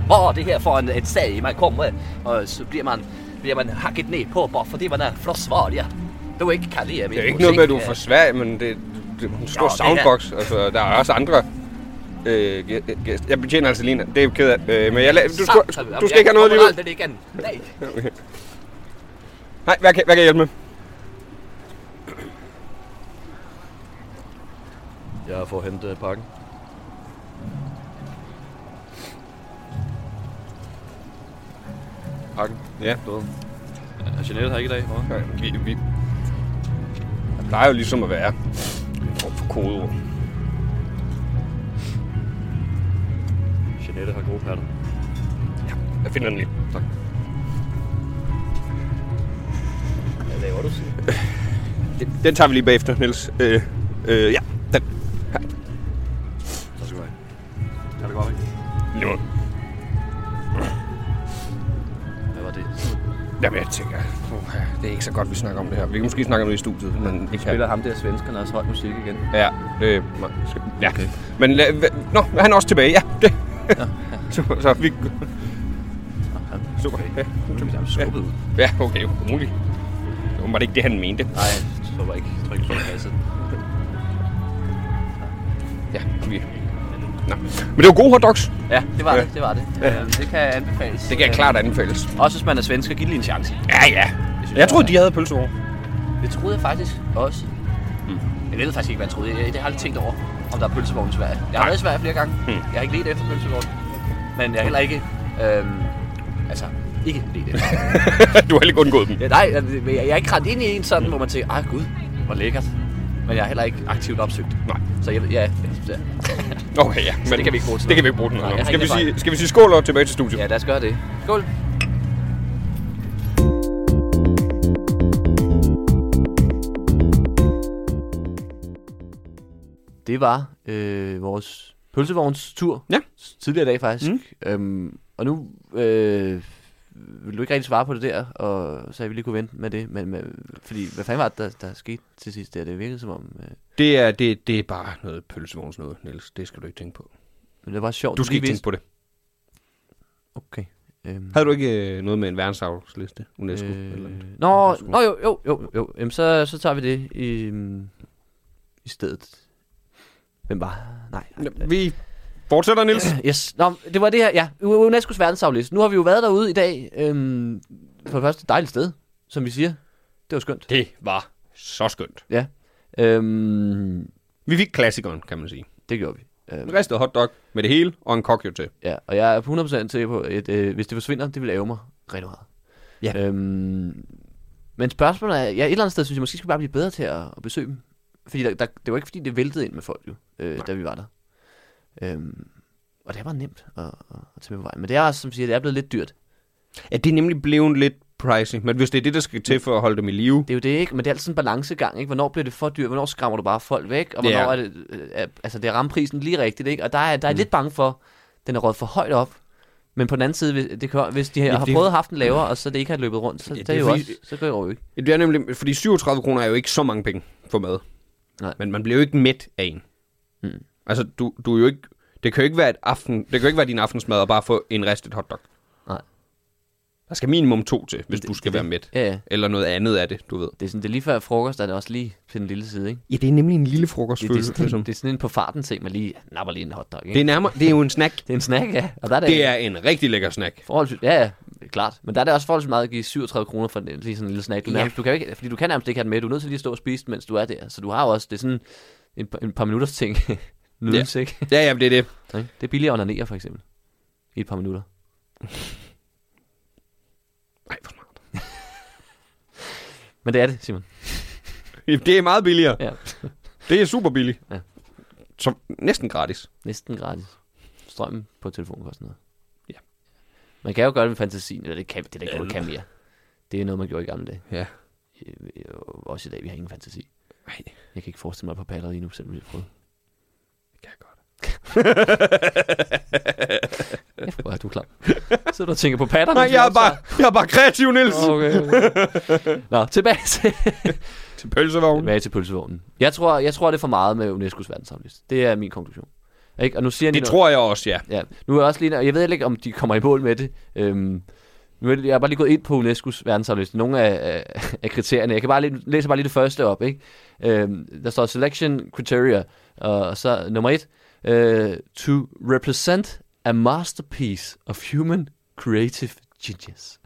Speaker 7: Vad det här för en, ett ställe man kommer och øh, så blir man, blir man hackat ner på bara för att man är från Sverige. Då inte kan det
Speaker 1: Det er ikke noget med, at du
Speaker 7: øh,
Speaker 1: er fra Sverige, men det, det er en stor
Speaker 7: Nå,
Speaker 1: Nå,
Speaker 7: det er-
Speaker 1: soundbox. Altså, der er også andre øh, gæ- gæster. Jeg betjener altså Lena. Det er jeg ked af. Øh, men jeg la- du, skal, du skal ikke have noget lige
Speaker 7: nu.
Speaker 1: nu.
Speaker 7: Aldrig igen. Nej.
Speaker 1: Nej, hvad kan, hvad kan jeg hjælpe med?
Speaker 2: Jeg får hentet pakken. Pakken?
Speaker 1: Ja.
Speaker 2: Du ved. Er Jeanette her ikke i dag? Hvor?
Speaker 1: Nej, Vi, vi, der plejer jo ligesom at være en form for kodeord.
Speaker 2: Jeanette har gode patter.
Speaker 1: Jeg finder den lige. Tak.
Speaker 7: Hvad laver du, Sid?
Speaker 1: Den, den tager vi lige bagefter, Niels. Øh, øh, ja, den. Her.
Speaker 2: Så skal du have. Er det godt, ikke?
Speaker 1: Lige måde.
Speaker 2: Hvad var det?
Speaker 1: Jamen, jeg tænker, uha, det er ikke så godt, vi snakker om det her. Vi kan måske snakke om det i studiet, men ikke her.
Speaker 2: Spiller ham der svenskerne også høj musik igen.
Speaker 1: Ja, øh, skal- ja. Okay. Men la, hva, nå, han er også tilbage. Ja, det. [laughs] så, så vi... Super. Ja,
Speaker 2: Nu bliver han skubbet ud.
Speaker 1: ja okay, umuligt. Det var ikke det, han mente.
Speaker 2: Nej, så var ikke. Tryk på kassen.
Speaker 1: Ja, vi... Nå. Men det var gode hotdogs.
Speaker 2: Ja, det var
Speaker 1: Ja.
Speaker 2: det. Det var det. Ja.
Speaker 7: Øhm,
Speaker 2: Det kan anbefales.
Speaker 1: Det kan jeg klart anbefales.
Speaker 7: Øh,
Speaker 2: Også hvis man er svensker, giv det lige en chance.
Speaker 1: Ja, ja. Jeg troede, de havde pølsevogn.
Speaker 7: Det troede jeg faktisk også. Mm. Jeg ved faktisk ikke, hvad jeg troede. Jeg, det har jeg aldrig tænkt over, om der er pølsevogn i Sverige. Jeg har været i Sverige flere gange. Mm. Jeg har ikke let efter pølsevogn. Men jeg har heller ikke... Øhm, altså, ikke let efter.
Speaker 1: [laughs] du har heller ikke undgået dem.
Speaker 7: [laughs] ja, nej, jeg, men jeg, jeg er ikke rent ind i en sådan, hvor man tænker, ej gud, hvor lækkert. Men jeg har heller ikke aktivt opsøgt.
Speaker 1: Nej.
Speaker 7: Så jeg, ja, ja,
Speaker 1: Okay, ja. Men
Speaker 7: det kan vi ikke bruge til
Speaker 1: Det kan
Speaker 7: noget.
Speaker 1: vi ikke bruge til noget.
Speaker 7: Nej, jeg har
Speaker 1: skal,
Speaker 7: ikke
Speaker 1: vi
Speaker 7: erfaring.
Speaker 1: sige, skal vi sige skål og tilbage til studiet?
Speaker 7: ja, lad os gøre det. Skål.
Speaker 2: Det var øh, vores pølsevognstur.
Speaker 1: Ja.
Speaker 2: Tidligere i dag faktisk. Mm. Øhm, og nu øh, ville du ikke rigtig svare på det der, og så jeg ville lige kunne vente med det. Men, men, fordi hvad fanden var det, der, der skete til sidst der? Det virkede som om... Øh,
Speaker 1: Det er, det, det er bare noget pølsevogns noget, Niels. Det skal du ikke tænke på.
Speaker 2: men det var sjovt.
Speaker 1: Du skal
Speaker 2: lige
Speaker 1: ikke tænke på det.
Speaker 2: Okay. Øhm,
Speaker 1: Havde du ikke øh, noget med en verdensarvsliste? UNESCO? Øh, eller andet?
Speaker 2: øh, nå, nå, jo, jo, jo, jo. Jamen, så, så tager vi det i, mm, i stedet. [clears throat] Hvem var? Nej. nej.
Speaker 1: Nå, Vi fortsætter, Nils.
Speaker 2: Yes. Nå, det var det her, ja. U- UNESCO's verdensarvliste. Nu har vi jo været derude i dag. Øhm, for det første et dejligt sted, som vi siger. Det var skønt.
Speaker 1: Det var så skønt.
Speaker 2: Øhm,
Speaker 1: Vi fik klassikeren, kan man sige.
Speaker 2: det gjorde vi. Øhm,
Speaker 1: En ristet hotdog med det hele, og en kokjo til.
Speaker 2: ja, og jeg er 100% sikker på, at øh, hvis det forsvinder, det vil æve mig rigtig meget.
Speaker 1: Ja.
Speaker 2: Øhm, men spørgsmålet er, ja, et eller andet sted synes jeg, måske skal vi bare blive bedre til at, at besøge dem. Fordi der, der, det var ikke, fordi det væltede ind med folk, jo, øh, da vi var der. Øhm, og det var nemt at, at, at tage med på vejen. Men det er også, som siger, det er blevet lidt dyrt.
Speaker 1: Ja, det er nemlig blevet lidt pricey, men hvis det er det, der skal til for at holde dem i live,
Speaker 2: Det er jo det, ikke? Men det er altid sådan en balancegang, ikke? Hvornår bliver det for dyrt? Hvornår skræmmer du bare folk væk? Og
Speaker 1: Ja.
Speaker 2: hvornår er det... Øh, er- altså, det er ramprisen lige rigtigt, ikke? Og der er, der er mm. lidt bange for, den er råd for højt op. Men på den anden side, hvis- det kan, hvis de har
Speaker 1: det-
Speaker 2: prøvet at have haft den lavere, og så det ikke har løbet rundt, så,
Speaker 1: Ja,
Speaker 2: det,
Speaker 1: det
Speaker 2: er
Speaker 1: er
Speaker 2: jo
Speaker 1: fordi-
Speaker 2: også, så går det jo ikke.
Speaker 1: det er nemlig, fordi 37 kroner er jo ikke så mange penge for mad.
Speaker 2: Nej.
Speaker 1: Men man bliver jo ikke mæt af en.
Speaker 2: Mm.
Speaker 1: Altså, du, du er jo ikke, det kan jo ikke være, et aften, det kan jo ikke være din aftensmad at bare få en ristet hotdog.
Speaker 2: Nej.
Speaker 1: Der skal minimum to til, hvis du skal være mæt.
Speaker 2: Ja, ja.
Speaker 1: Eller noget andet af det, du ved.
Speaker 2: Det er sådan, det er lige før frokost, der er det også lige til den lille side, ikke?
Speaker 1: Ja, det er nemlig en lille frokost.
Speaker 2: Det, det, er, sådan, det er sådan en på farten ting, man lige napper lige en hotdog, ikke?
Speaker 1: det, er nærmere, det er jo en snack.
Speaker 2: det er en snack, ja. Og der er det,
Speaker 1: [laughs] Det er en rigtig lækker snack.
Speaker 2: Forholdsvis, ja, ja, det er klart. Men der er det også forholdsvis meget at give 37 kroner for den, lige sådan en lille snack. Du,
Speaker 1: Ja.
Speaker 2: nærmest, du kan jo ikke, fordi du kan nærmest ikke have den med. Du er nødt til lige at stå og spise den, mens du er der. Så du har jo også, det er sådan en, par- en par minutters ting. [laughs] nydelse, ikke? [laughs]
Speaker 1: Ja, ja, men det [laughs] er det.
Speaker 2: Ikke? Det er billigere at onanere, for eksempel. I et par minutter.
Speaker 1: [laughs] Ej, hvor smart.
Speaker 2: [laughs] Men det er det, Simon.
Speaker 1: Jamen, Det er meget billigere.
Speaker 2: Ja.
Speaker 1: Det er super billigt.
Speaker 2: Ja.
Speaker 1: Som næsten gratis.
Speaker 2: Næsten gratis. Strømmen på telefonen koster noget.
Speaker 1: Ja.
Speaker 2: Man kan jo gøre det med fantasien, eller det kan, det er der ikke noget, man kan mere. Det er noget, man gjorde i gamle dage.
Speaker 1: Ja.
Speaker 2: Øh, øh, Også i dag, vi har ingen fantasi.
Speaker 1: Nej,
Speaker 2: Jeg kan ikke forestille mig på paller endnu, selvom jeg prøvede.
Speaker 1: det kan jeg
Speaker 2: [laughs]
Speaker 1: godt.
Speaker 2: Kæft, hvor er du klar. Så du og tænker på patter.
Speaker 1: Nej, jeg er bare, jeg er bare kreativ, Niels. Oh.
Speaker 2: Okay, okay.
Speaker 1: [laughs]
Speaker 2: Nå, tilbage til,
Speaker 1: Til pølsevognen.
Speaker 2: tilbage til pølsevognen. Jeg tror, jeg tror, det er for meget med UNESCO's verdensarvliste. Det er min konklusion. Ikke? Og nu siger jeg lige
Speaker 1: Det
Speaker 2: noget-
Speaker 1: tror jeg også, ja.
Speaker 2: Ja, nu er jeg også lige... Jeg ved heller ikke, om de kommer i mål med det. Øhm, nu er det- jeg har bare lige gået ind på UNESCO's verdensarvliste. Nogle af, af, af kriterierne. Jeg kan bare lige, læser bare lige det første op, ikke? Øhm, der står selection criteria, og så nummer et. Øh, to represent a masterpiece of human creative genius.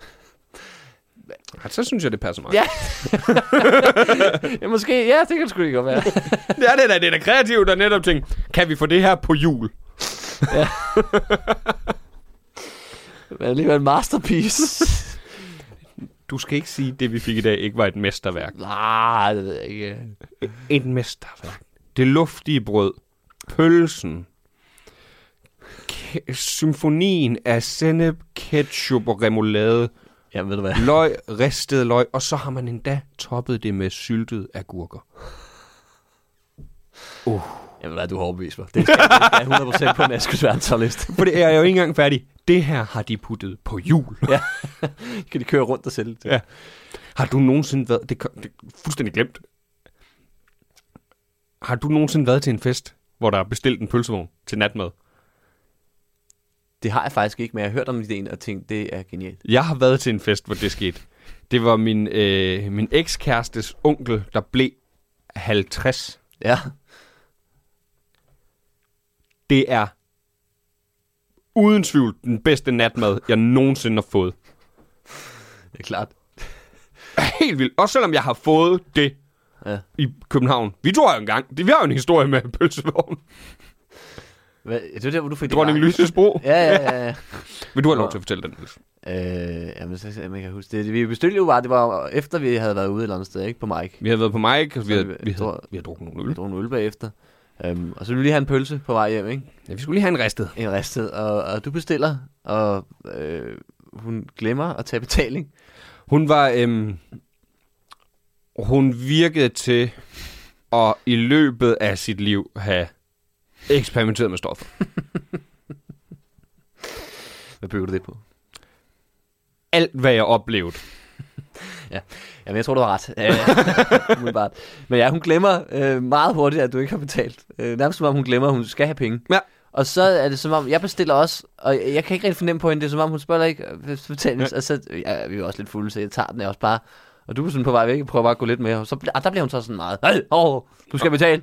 Speaker 1: Ej, Så synes jeg, det passer meget.
Speaker 2: Ja. Ja, måske. Ja, det kan det sgu ikke godt være.
Speaker 1: Ja, det er da, det er da kreativt, der netop tænkte, kan vi få det her på jul?
Speaker 2: [laughs] Men alligevel en masterpiece.
Speaker 1: Du skal ikke sige, det vi fik i dag ikke var et mesterværk.
Speaker 2: Nej, det ved jeg ikke.
Speaker 1: Et mesterværk. Det luftige brød. Pølsen. Ke- symfonien af sennep, ketchup og remoulade.
Speaker 2: Ja, ved du hvad?
Speaker 1: Løg, ristet løg, og så har man endda toppet det med syltede agurker.
Speaker 2: Jamen, hvad du har overbevist mig. Det skal jeg det skal jeg 100% på UNESCO's verdensarvliste.
Speaker 1: For det er jeg jo ikke engang færdig. Det her har de puttet på jul.
Speaker 2: kan de køre rundt og sælge det.
Speaker 1: Ja. Har du nogensinde været... Det, kom- det er fuldstændig glemt. Har du nogensinde været til en fest, hvor der er bestilt en pølsevogn til natmad?
Speaker 2: Det har jeg faktisk ikke, men jeg har hørt om ideen og tænkt, det er genialt.
Speaker 1: Jeg har været til en fest, hvor det skete. Det var min, øh, min ekskærestes onkel, der blev 50.
Speaker 2: Ja.
Speaker 1: Det er uden tvivl den bedste natmad, jeg nogensinde har fået.
Speaker 2: Det er klart.
Speaker 1: Helt vildt. Også selvom jeg har fået det
Speaker 2: Ja.
Speaker 1: ja. i København. Vi tror jo engang. Det, vi har jo en historie med pølsevogn.
Speaker 2: Hvad, det er der, hvor du fik
Speaker 1: Dronning
Speaker 2: det fra.
Speaker 1: Lyses bro.
Speaker 2: Ja, [laughs] ja, ja. ja.
Speaker 1: Vil du have lov
Speaker 2: Nå.
Speaker 1: til at fortælle den, Niels?
Speaker 2: øh, jamen, så, så- man kan huske det. Vi bestilte jo bare, det var efter vi havde været ude et eller andet sted, ikke? På Mike.
Speaker 1: Vi havde været på Mike, og
Speaker 2: Så
Speaker 1: vi havde,
Speaker 2: vi-
Speaker 1: vi,
Speaker 2: jeg tror-
Speaker 1: havde, vi havde drukket nogle
Speaker 2: Vi
Speaker 1: øl.
Speaker 2: drog en øl bagefter. Um, og så ville vi lige have en pølse på vej hjem, ikke?
Speaker 1: Ja, vi skulle lige have en ristet.
Speaker 2: En ristet. Og, og du bestiller, og øh, hun glemmer at tage betaling.
Speaker 1: Hun var... Øhm, hun virkede til at i løbet af sit liv have eksperimenteret med stoffer.
Speaker 2: Hvad bygger du det på?
Speaker 1: Alt, hvad jeg oplevede. [laughs]
Speaker 2: Jamen, jeg tror, du har ret. Øh, [laughs] umiddelbart. Men ja, hun glemmer øh, meget hurtigt, at du ikke har betalt. Øh, nærmest som om hun glemmer, at hun skal have penge.
Speaker 1: Ja.
Speaker 2: Og så er det som om, jeg bestiller også, og jeg jeg kan ikke rigtig fornemme på hende, det er som om, hun spørger ikke, øh, betaling, ja. og så, ja, vi er også lidt fulde, så jeg tager den også bare, og du er sådan på vej væk, og prøver bare at gå lidt med, og, så, bl- og der bliver hun så sådan meget, hey, oh, du skal betale.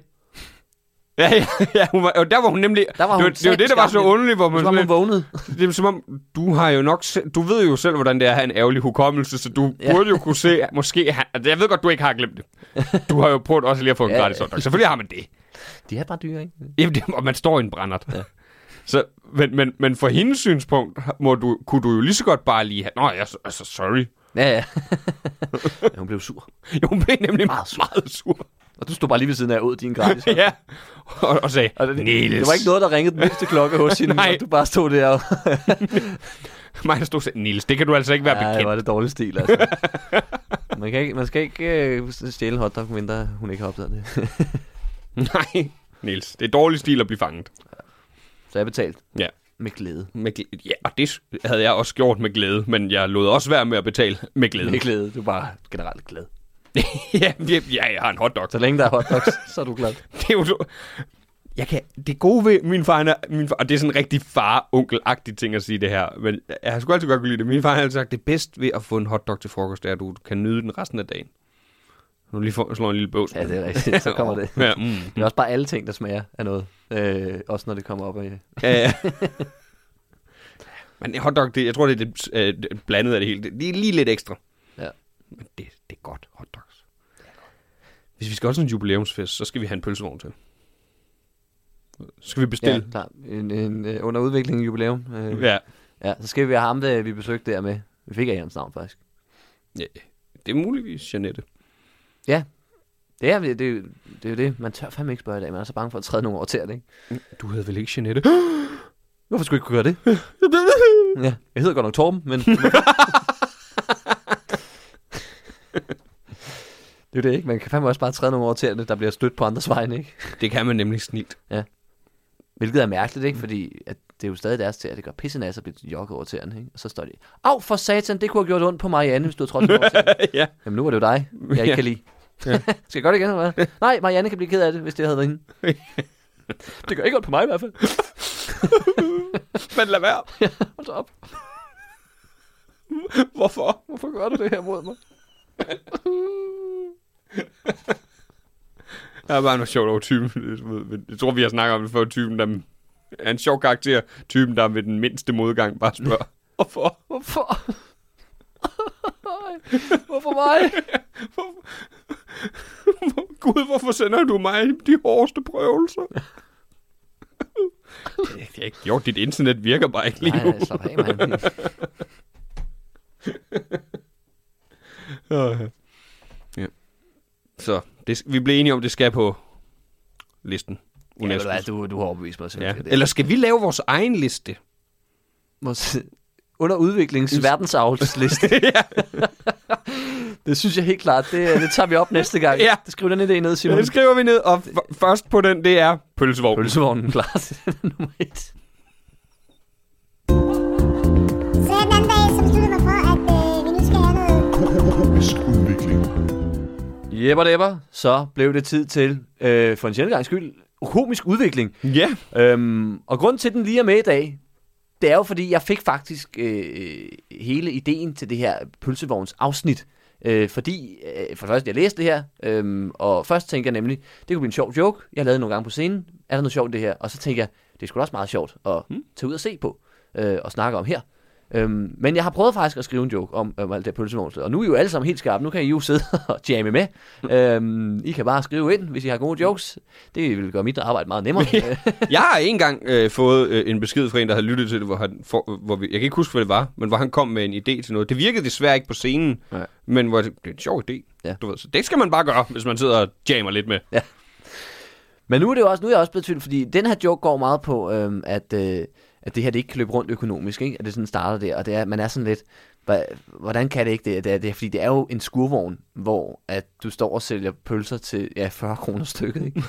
Speaker 1: Ja, ja, ja hun var, og der var hun nemlig...
Speaker 2: Der var hun
Speaker 1: det, var, det var det, der var så
Speaker 2: sat-
Speaker 1: underligt, hvor
Speaker 2: Men,
Speaker 1: man...
Speaker 2: som om hun
Speaker 1: Sådan,
Speaker 2: vågnede. [laughs]
Speaker 1: lidt- det er som om, du har jo nok... se- Du ved jo selv, hvordan det er at have en ærgerlig hukommelse, så du
Speaker 2: Ja.
Speaker 1: ja. burde jo kunne se... at Måske... Han, altså, jeg ved godt, du ikke har glemt det.
Speaker 2: [laughs]
Speaker 1: Du har jo prøvet også lige at få en
Speaker 2: Ja,
Speaker 1: ja, gratis
Speaker 2: ja.
Speaker 1: hotdog. Selvfølgelig har man det.
Speaker 2: De er bare dyre, ikke?
Speaker 1: Jamen, det, og man står i en brændert. Ja. Så, men, men, men for hendes synspunkt må du, kunne du jo lige så godt bare lige have... Nå, jeg, altså, sorry. [laughs]
Speaker 2: Ja, [laughs] ja. ja. hun blev sur.
Speaker 1: Jo, hun blev
Speaker 2: Meget
Speaker 1: nemlig meget,
Speaker 2: sur.
Speaker 1: meget sur. [laughs]
Speaker 2: Og du stod bare lige ved siden af ud din gratis.
Speaker 1: ja, og, og sagde,
Speaker 2: Og
Speaker 1: og
Speaker 2: Altså, det,
Speaker 1: det,
Speaker 2: det
Speaker 1: Niels.
Speaker 2: var ikke noget, der ringede den mindste klokke hos hende,
Speaker 1: [laughs] Nej.
Speaker 2: og du bare stod der og
Speaker 1: [laughs] Mig, der stod og sagde, Niels, det kan du altså ikke være
Speaker 2: Ej,
Speaker 1: bekendt.
Speaker 2: var det dårlig stil, [laughs] altså. man, kan ikke, man skal ikke øh, stjæle hotdog, mindre hun ikke har opdaget det.
Speaker 1: [laughs] Nej, Niels, det er dårlig stil at blive fanget.
Speaker 2: Så jeg betalte
Speaker 1: Ja.
Speaker 2: med glæde.
Speaker 1: Med glæde. Ja, og det havde jeg også gjort med glæde, men jeg lod også være med at betale med glæde.
Speaker 2: Med glæde, du er bare generelt glad.
Speaker 1: [laughs] ja, jeg, ja, jeg har en hotdog.
Speaker 2: Så længe der er hotdogs, så er du glad.
Speaker 1: [laughs] det er jo så- jeg kan, det gode ved min far, han er, min far, og det er sådan en rigtig far-onkel-agtig ting at sige det her, men jeg skulle altid godt kunne lide det. Min far har altid sagt, det bedste ved at få en hotdog til frokost, det er, at du kan nyde den resten af dagen. Nu lige for, slår en lille bøvs.
Speaker 2: Ja, det er rigtigt. Så kommer det.
Speaker 1: Ja, mm.
Speaker 2: [laughs] Det er også bare alle ting, der smager af noget. Øh, også når det kommer op af...
Speaker 1: Ja, ja. Men hotdog, det, jeg tror, det er det, øh, det- blandet af det hele. Det, det er lige lidt ekstra.
Speaker 2: Ja.
Speaker 1: Men det, det er godt, hotdogs. Hvis vi skal også til en jubilæumsfest, så skal vi have en pølsevogn til. Skal vi
Speaker 2: Ja,
Speaker 1: bestille?
Speaker 2: klar. En, en, øh, under udvikling jubilæum. Øh, ja.
Speaker 1: Ja.
Speaker 2: ja. så skal vi have ham, der vi besøgte der med. Vi fik af hans navn, faktisk.
Speaker 1: ja. Det er muligvis Janette.
Speaker 2: Det er, det, det, det er jo det. Man tør fandme ikke spørge i dag. Man er så bange for at træde nogen over tæerne, ikke?
Speaker 1: Du hedder vel ikke Janette?
Speaker 2: Hvorfor skulle jeg ikke kunne gøre det?
Speaker 1: [laughs]
Speaker 2: Ja, jeg hedder godt nok Torben, men... det er det, ikke? Man kan fandme også bare træde nogle over tæerne, der bliver stødt på andres vegne, ikke?
Speaker 1: [gasps] det kan man nemlig snilt.
Speaker 2: Hvilket er mærkeligt, ikke? Fordi at det er jo stadig deres tæer, det gør pisse nas at blive jokket over tæerne, ikke? Og så står de, af for satan, det kunne have gjort ondt på Marianne, hvis du havde trådt mig over
Speaker 1: [laughs]
Speaker 2: tæerne.
Speaker 1: [laughs] ja.
Speaker 2: Jamen nu var det jo dig, jeg ikke
Speaker 1: Ja.
Speaker 2: kan lide. [laughs] Skal jeg gøre det igen, eller hvad? Nej, Marianne kan blive ked af det, hvis det havde været
Speaker 1: [laughs]
Speaker 2: hende. det gør ikke ondt på mig i hvert fald.
Speaker 1: Men lad [laughs] være.
Speaker 2: Hold da op.
Speaker 1: Hvorfor?
Speaker 2: Hvorfor gør du det her mod mig?
Speaker 1: Der er bare noget sjovt over typen. Jeg tror, vi har snakket om det før. Typen, der er en sjov karakter. Typen, der ved den mindste modgang bare spørger. [laughs] Hvorfor?
Speaker 2: Hvorfor? Hvorfor mig?
Speaker 1: Gud, hvorfor sender du mig de hårdeste [laughs] prøvelser? Jeg har ikke gjort, dit internet virker bare ikke lige
Speaker 2: Nej,
Speaker 1: nu.
Speaker 2: nej, slap af, [laughs] mand.
Speaker 1: Ja. Så det, vi blev enige om, det skal på listen.
Speaker 2: Ja, ved du,
Speaker 1: UNESCO.
Speaker 2: hvad, du, du har overbevist mig.
Speaker 1: Ja.
Speaker 2: Ja.
Speaker 1: Eller skal vi lave vores egen liste?
Speaker 2: Vores under udviklings [laughs] verdensarvsliste.
Speaker 1: ja.
Speaker 2: det synes jeg helt klart. Det, det tager vi [laughs] op næste gang.
Speaker 1: Ja.
Speaker 2: Det skriver den idé ned, Simon.
Speaker 1: Den skriver vi ned, og f- først på den, det er pølsevogn.
Speaker 2: Pølsevognen, klart. Den er nummer et.
Speaker 3: Sagde den anden dag, så besluttede jeg mig for, at øh, vi nu skal have noget
Speaker 4: Økonomisk udvikling.
Speaker 2: Jepper depper, så blev det tid til, øh, for en sjældent gangs skyld, komisk udvikling.
Speaker 1: Ja.
Speaker 2: Øhm, og grunden til, at den lige er med i dag, det er jo, fordi jeg fik faktisk øh, hele ideen til det her pølsevogns afsnit. Øh, fordi, øh, for det første, jeg læste det her, øh, og først tænkte jeg nemlig, det kunne blive en sjov joke. Jeg lavede det nogle gange på scenen. Er der noget sjovt i det her? Og så tænkte jeg, det er sgu da også meget sjovt at tage ud og se på øh, og snakke om her. Øhm, men jeg har prøvet faktisk at skrive en joke om, om alt det her pølsevognslet, og nu er I jo alle sammen helt skarpe. Nu kan I jo sidde [laughs] og jamme med. Øhm, I kan bare skrive ind, hvis I har gode jokes. Det vil gøre mit arbejde meget nemmere.
Speaker 1: Jeg har engang øh, fået øh, en besked fra en, der havde lyttet til det, hvor han, for, hvor vi, jeg kan ikke huske, hvad det var, men hvor han kom med en idé til noget. Det virkede desværre ikke på scenen,
Speaker 2: Nej.
Speaker 1: men hvor, jeg tænkte, det er en sjov idé.
Speaker 2: Ja.
Speaker 1: Du ved, så det skal man bare gøre, hvis man sidder og jammer lidt med.
Speaker 2: Men nu er, det jo også, nu er jeg også blevet i tvivl, fordi den her joke går meget på, øhm, at, øh, at det her det ikke kan løbe rundt økonomisk, ikke? at det sådan starter der, og det er, man er sådan lidt, hva- hvordan kan det ikke det? det, er, det er, fordi det er jo en skurvogn, hvor at du står og sælger pølser til ja, 40 kroner stykket, ikke?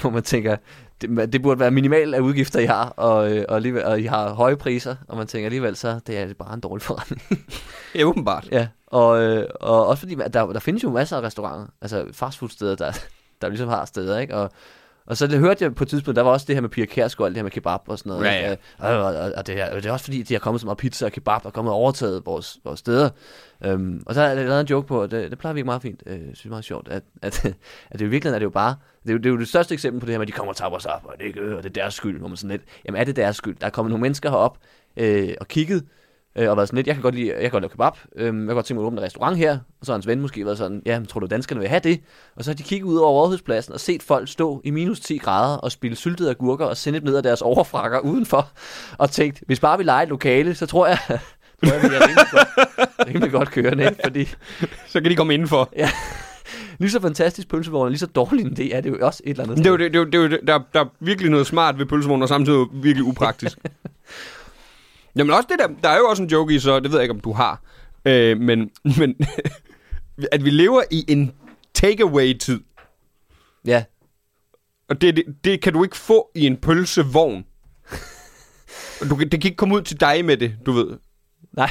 Speaker 2: hvor man tænker, det, man- det burde være minimal af udgifter, I har, og, øh, og, alligevel, og I har høje priser, og man tænker alligevel, så det er bare en dårlig forretning.
Speaker 1: Ja, åbenbart.
Speaker 2: Ja, og, øh, og også fordi, at der, der findes jo masser af restauranter, altså fastfoodsteder, der, der ligesom har steder, ikke? Og, og så det hørte jeg på et tidspunkt, der var også det her med Pia Kærsgaard, alt det her med kebab og sådan noget.
Speaker 1: Ja, ja.
Speaker 2: ikke? Og, og, og, og det, er, det er også fordi, de har kommet så meget pizza og kebab, og er kommet og overtaget vores, vores steder. Øhm, og så er der lavet en joke på, og det, det plejer vi ikke meget fint, øh, synes jeg er meget sjovt, at, at, [laughs] at det i virkeligheden er det jo bare, det er jo, det er jo det største eksempel på det her med, at de kommer og taber os op, og det, er ikke, øh, og det er deres skyld, hvor man sådan lidt, jamen er det deres skyld? Der er kommet nogle mennesker herop øh, og kigget, øh, og været sådan lidt, jeg kan godt lide, jeg kan godt lave kebab, øh, jeg kan godt tænke mig at åbne en restaurant her, og så har hans ven måske været sådan, ja, men tror du danskerne vil have det? Og så har de kigget ud over rådhuspladsen og set folk stå i minus 10 grader og spille syltede agurker og sende ned af deres overfrakker udenfor, og tænkt, hvis bare vi leger et lokale, så tror jeg, [laughs] tror jeg, vi er rimelig godt, rimelig godt kørende, ikke? fordi
Speaker 1: Så kan de komme indenfor.
Speaker 2: lige så fantastisk pølsevogn, og lige så dårlig en idé er det jo også et eller andet
Speaker 1: Det er jo, det, det, er jo- det, er jo det, der, der er virkelig noget smart ved pølsevognen, og samtidig virkelig upraktisk. Jamen også det der, der er jo også en joke i, så det ved jeg ikke, om du har, øh, men, men [laughs] at vi lever i en takeaway-tid,
Speaker 2: Ja,
Speaker 1: og det, det, det kan du ikke få i en pølsevogn. Og Du, kan- det kan ikke komme ud til dig med det, du ved.
Speaker 2: nej.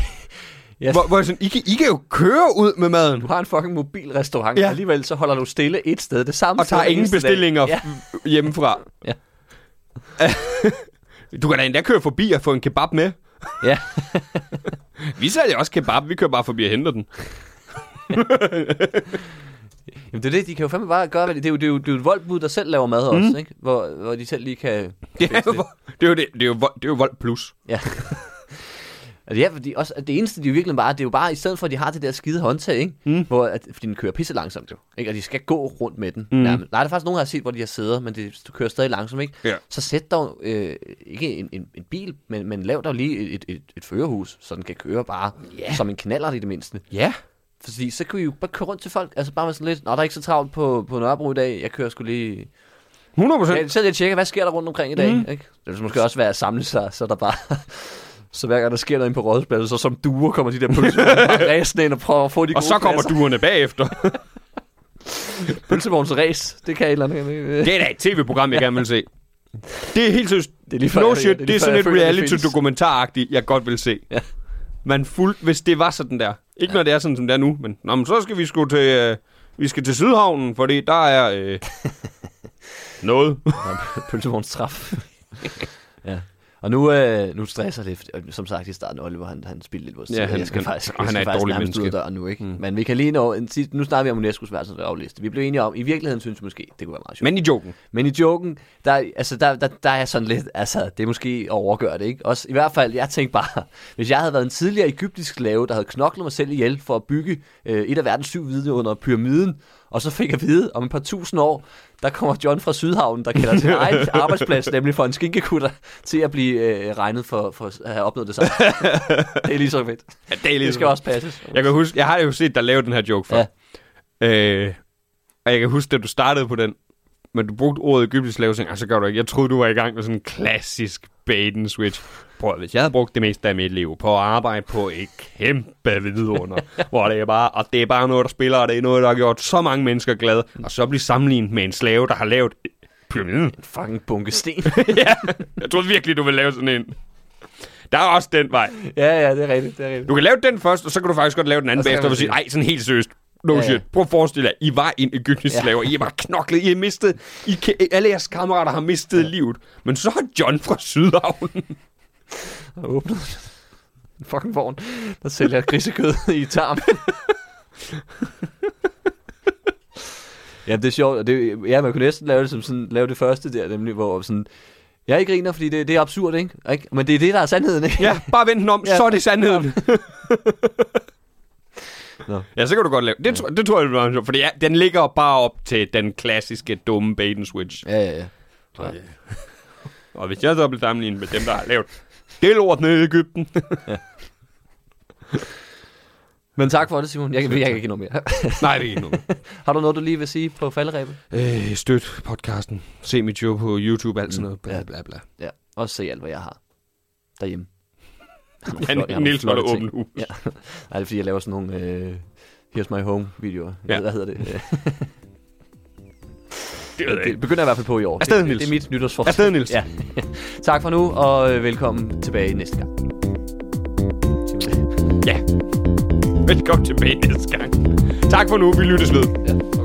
Speaker 2: Ja.
Speaker 1: Hvor, hvor jeg sådan, I, kan, I kan jo køre ud med maden,
Speaker 2: Du har en fucking mobilrestaurant, ja.
Speaker 1: Ja.
Speaker 2: og alligevel så holder du stille et sted det samme
Speaker 1: og
Speaker 2: sted
Speaker 1: tager
Speaker 2: hver
Speaker 1: ingen
Speaker 2: eneste dag.
Speaker 1: bestillinger
Speaker 2: Ja.
Speaker 1: ja. hjemmefra.
Speaker 2: Ja.
Speaker 1: [laughs] du kan da endda køre forbi og få en kebab med.
Speaker 2: ja.
Speaker 1: [laughs] Vi sælger også kebab, vi kører bare forbi og henter den.
Speaker 2: Jamen det er det, de kan jo fandme bare gøre, hvad de- det er jo, det er jo, det er jo et voldbud, der selv laver mad
Speaker 1: Mhm.
Speaker 2: også, ikke? Hvor, hvor de selv lige kan...
Speaker 1: [laughs] Det er jo, det er jo, det, det er jo, vold- det er jo vold plus.
Speaker 2: Ja. Altså ja, fordi også, at det eneste, de jo virkelig bare, det er jo bare, i stedet for, at de har det der skide håndtag, ikke? Mm. Hvor, at, fordi den kører pisse langsomt jo, ikke? Og de skal gå rundt med den. Mm. Nej, der er faktisk nogen, der har set, hvor de har sæder, men det, du kører stadig langsomt, ikke?
Speaker 1: Ja.
Speaker 2: Så sæt dog, øh, ikke en, en, en, bil, men, men lav dog lige et, et, et førerhus, så den kan køre bare yeah. som en knaller i det mindste.
Speaker 1: Ja.
Speaker 2: Fordi så kan vi jo bare køre rundt til folk, altså bare med sådan lidt, nå, der er ikke så travlt på, på Nørrebro i dag, jeg kører sgu lige
Speaker 1: 100 procent.
Speaker 2: Ja, så jeg tjekker, hvad sker der rundt omkring i dag, mm. ikke? Det vil måske også være at samle sig, så der bare... [laughs] Så hver gang der sker noget inde på rådhuspladsen, så som duer kommer de der
Speaker 1: [laughs]
Speaker 2: pølsevogne bare ræsende ind og prøver at få de
Speaker 1: Og
Speaker 2: gode
Speaker 1: så kommer
Speaker 2: pladser.
Speaker 1: duerne bagefter.
Speaker 2: Pølsevogns ræs, det kan et eller andet. ikke?
Speaker 1: Det er da et tv-program, jeg gerne vil se. Det er helt seriøst.
Speaker 2: er lige før,
Speaker 1: No
Speaker 2: jeg-
Speaker 1: shit,
Speaker 2: det er
Speaker 1: det,
Speaker 2: lige
Speaker 1: er
Speaker 2: før,
Speaker 1: sådan
Speaker 2: jeg
Speaker 1: et
Speaker 2: føler, det
Speaker 1: reality
Speaker 2: findes.
Speaker 1: dokumentaragtigt, jeg godt vil se.
Speaker 2: Ja.
Speaker 1: Man fuldt, hvis det var sådan der. Ikke ja. når det er sådan, som det er nu, men, nå, men så skal vi sgu til, øh, vi skal til Sydhavnen, fordi der er
Speaker 2: [laughs]
Speaker 1: øh, noget.
Speaker 2: Pølsevogns
Speaker 1: [laughs]
Speaker 2: traf. ja. Og nu, øh, nu stresser det, fordi- som sagt i starten, Oliver, han, han spillede lidt vores
Speaker 1: Ja,
Speaker 2: tid, og
Speaker 1: han-
Speaker 2: jeg skal
Speaker 1: han-
Speaker 2: faktisk,
Speaker 1: og
Speaker 2: jeg
Speaker 1: han
Speaker 2: skal
Speaker 1: er et
Speaker 2: faktisk
Speaker 1: dårligt
Speaker 2: nærmest ud af
Speaker 1: menneske.
Speaker 2: døren nu, ikke? Mm. Men vi kan lige nå, en, sidste- nu snakker vi om UNESCO's verdensarvliste. Vi blev enige om, i virkeligheden synes vi måske, det kunne være meget sjovt.
Speaker 1: Men i joken.
Speaker 2: Men i joken, der, altså, der, der, der er jeg sådan lidt, altså, det er måske at overgøre det, ikke? Også, I hvert fald, jeg tænkte bare, [laughs] hvis jeg havde været en tidligere egyptisk slave, der havde knoklet mig selv ihjel for at bygge øh, et af verdens syv vidunder, pyramiden, og så fik jeg at vide, om et par tusind år, der kommer John fra Sydhavnen, der
Speaker 1: [laughs]
Speaker 2: kalder sin egen arbejdsplads, nemlig for en skinkekutter, til at blive øh, regnet for, for at have opnået det
Speaker 1: [laughs]
Speaker 2: samme. det er lige så fedt.
Speaker 1: Ja, det, er lidt-
Speaker 2: Det skal også passes.
Speaker 1: Jeg kan huske, jeg har jo set dig lave den her joke før. Ja. Øh, og jeg kan huske, da du startede på den, men du brugte ordet egyptisk slave, så altså, gør du ikke. Jeg troede, du var i gang med sådan en klassisk bait and switch. Prøv at, hvis jeg havde brugt det meste af mit liv på at arbejde på et kæmpe vidunder, hvor det er bare, og det er bare noget, der spiller, og det er noget, der har gjort så mange mennesker glade, og så blive sammenlignet med en slave, der har lavet pyramiden.
Speaker 2: Fucking bunke sten.
Speaker 1: ja, jeg troede virkelig, du ville lave sådan en. Der er også den vej.
Speaker 2: [laughs] ja, ja, det er rigtigt, det er rigtigt.
Speaker 1: Du kan lave den først, og så kan du faktisk godt lave den anden
Speaker 2: så kan
Speaker 1: bagefter,
Speaker 2: man
Speaker 1: og sige,
Speaker 2: sige-
Speaker 1: ej, sådan helt seriøst. No
Speaker 2: Ja,
Speaker 1: ja,
Speaker 2: ja.
Speaker 1: shit. Prøv at forestille jer, I var en egyptisk
Speaker 2: Ja.
Speaker 1: ja. slaver. I var knoklet, I har mistet... I kan, alle jeres kammerater har mistet ja. livet. Men så har John fra Sydhavnen...
Speaker 2: og åbnede en fucking vogn, der sælger grisekød i [laughs] tarm. ja, det er sjovt, og det, ja, man kunne næsten lave det, som sådan, lave det første der, nemlig, hvor sådan, jeg ikke griner, fordi det, det er absurd, ikke? ikke? Men det er det, der er sandheden, ikke?
Speaker 1: Ja, [laughs] bare vend den om,
Speaker 2: Ja.
Speaker 1: ja. så er det sandheden.
Speaker 2: Nå.
Speaker 1: [laughs] Ja, så kan du godt lave... Det, tror, det tror jeg, det var sjovt, fordi ja, den ligger bare op til den klassiske dumme bait and switch.
Speaker 2: Ja, ja, ja.
Speaker 1: Og hvis jeg så blev sammenlignet med dem, der har lavet det lort nede i
Speaker 2: [laughs]
Speaker 1: Ægypten.
Speaker 2: Men tak for det, Simon. Jeg, jeg, jeg kan ikke give noget mere.
Speaker 1: Nej, det er ikke noget.
Speaker 2: Har du noget, du lige vil sige på falderæbet?
Speaker 1: Øh, støt podcasten. Se mit show på YouTube, alt sådan noget. Bla,
Speaker 2: Ja.
Speaker 1: bla, bla.
Speaker 2: Ja, og se alt, hvad jeg har derhjemme. Jeg har nogle flotte- jeg
Speaker 1: Ja,
Speaker 2: har nogle
Speaker 1: Niels holder
Speaker 2: flotte ting.
Speaker 1: åbent hus.
Speaker 2: Ja. Nej, det er fordi, jeg laver sådan nogle øh, Here's My Home-videoer.
Speaker 1: Ja.
Speaker 2: Ja. Hvad hedder det?
Speaker 1: Det ved jeg
Speaker 2: Det
Speaker 1: ikke.
Speaker 2: begynder jeg i hvert fald på i år.
Speaker 1: Afsted,
Speaker 2: det,
Speaker 1: Niels.
Speaker 2: det er mit nytårsforsæt.
Speaker 1: Afsted, Niels.
Speaker 2: Ja. tak for nu, og øh, velkommen tilbage næste gang.
Speaker 1: Ja. Velkommen tilbage næste gang. Tak for nu. Vi lyttes ved.
Speaker 2: Ja.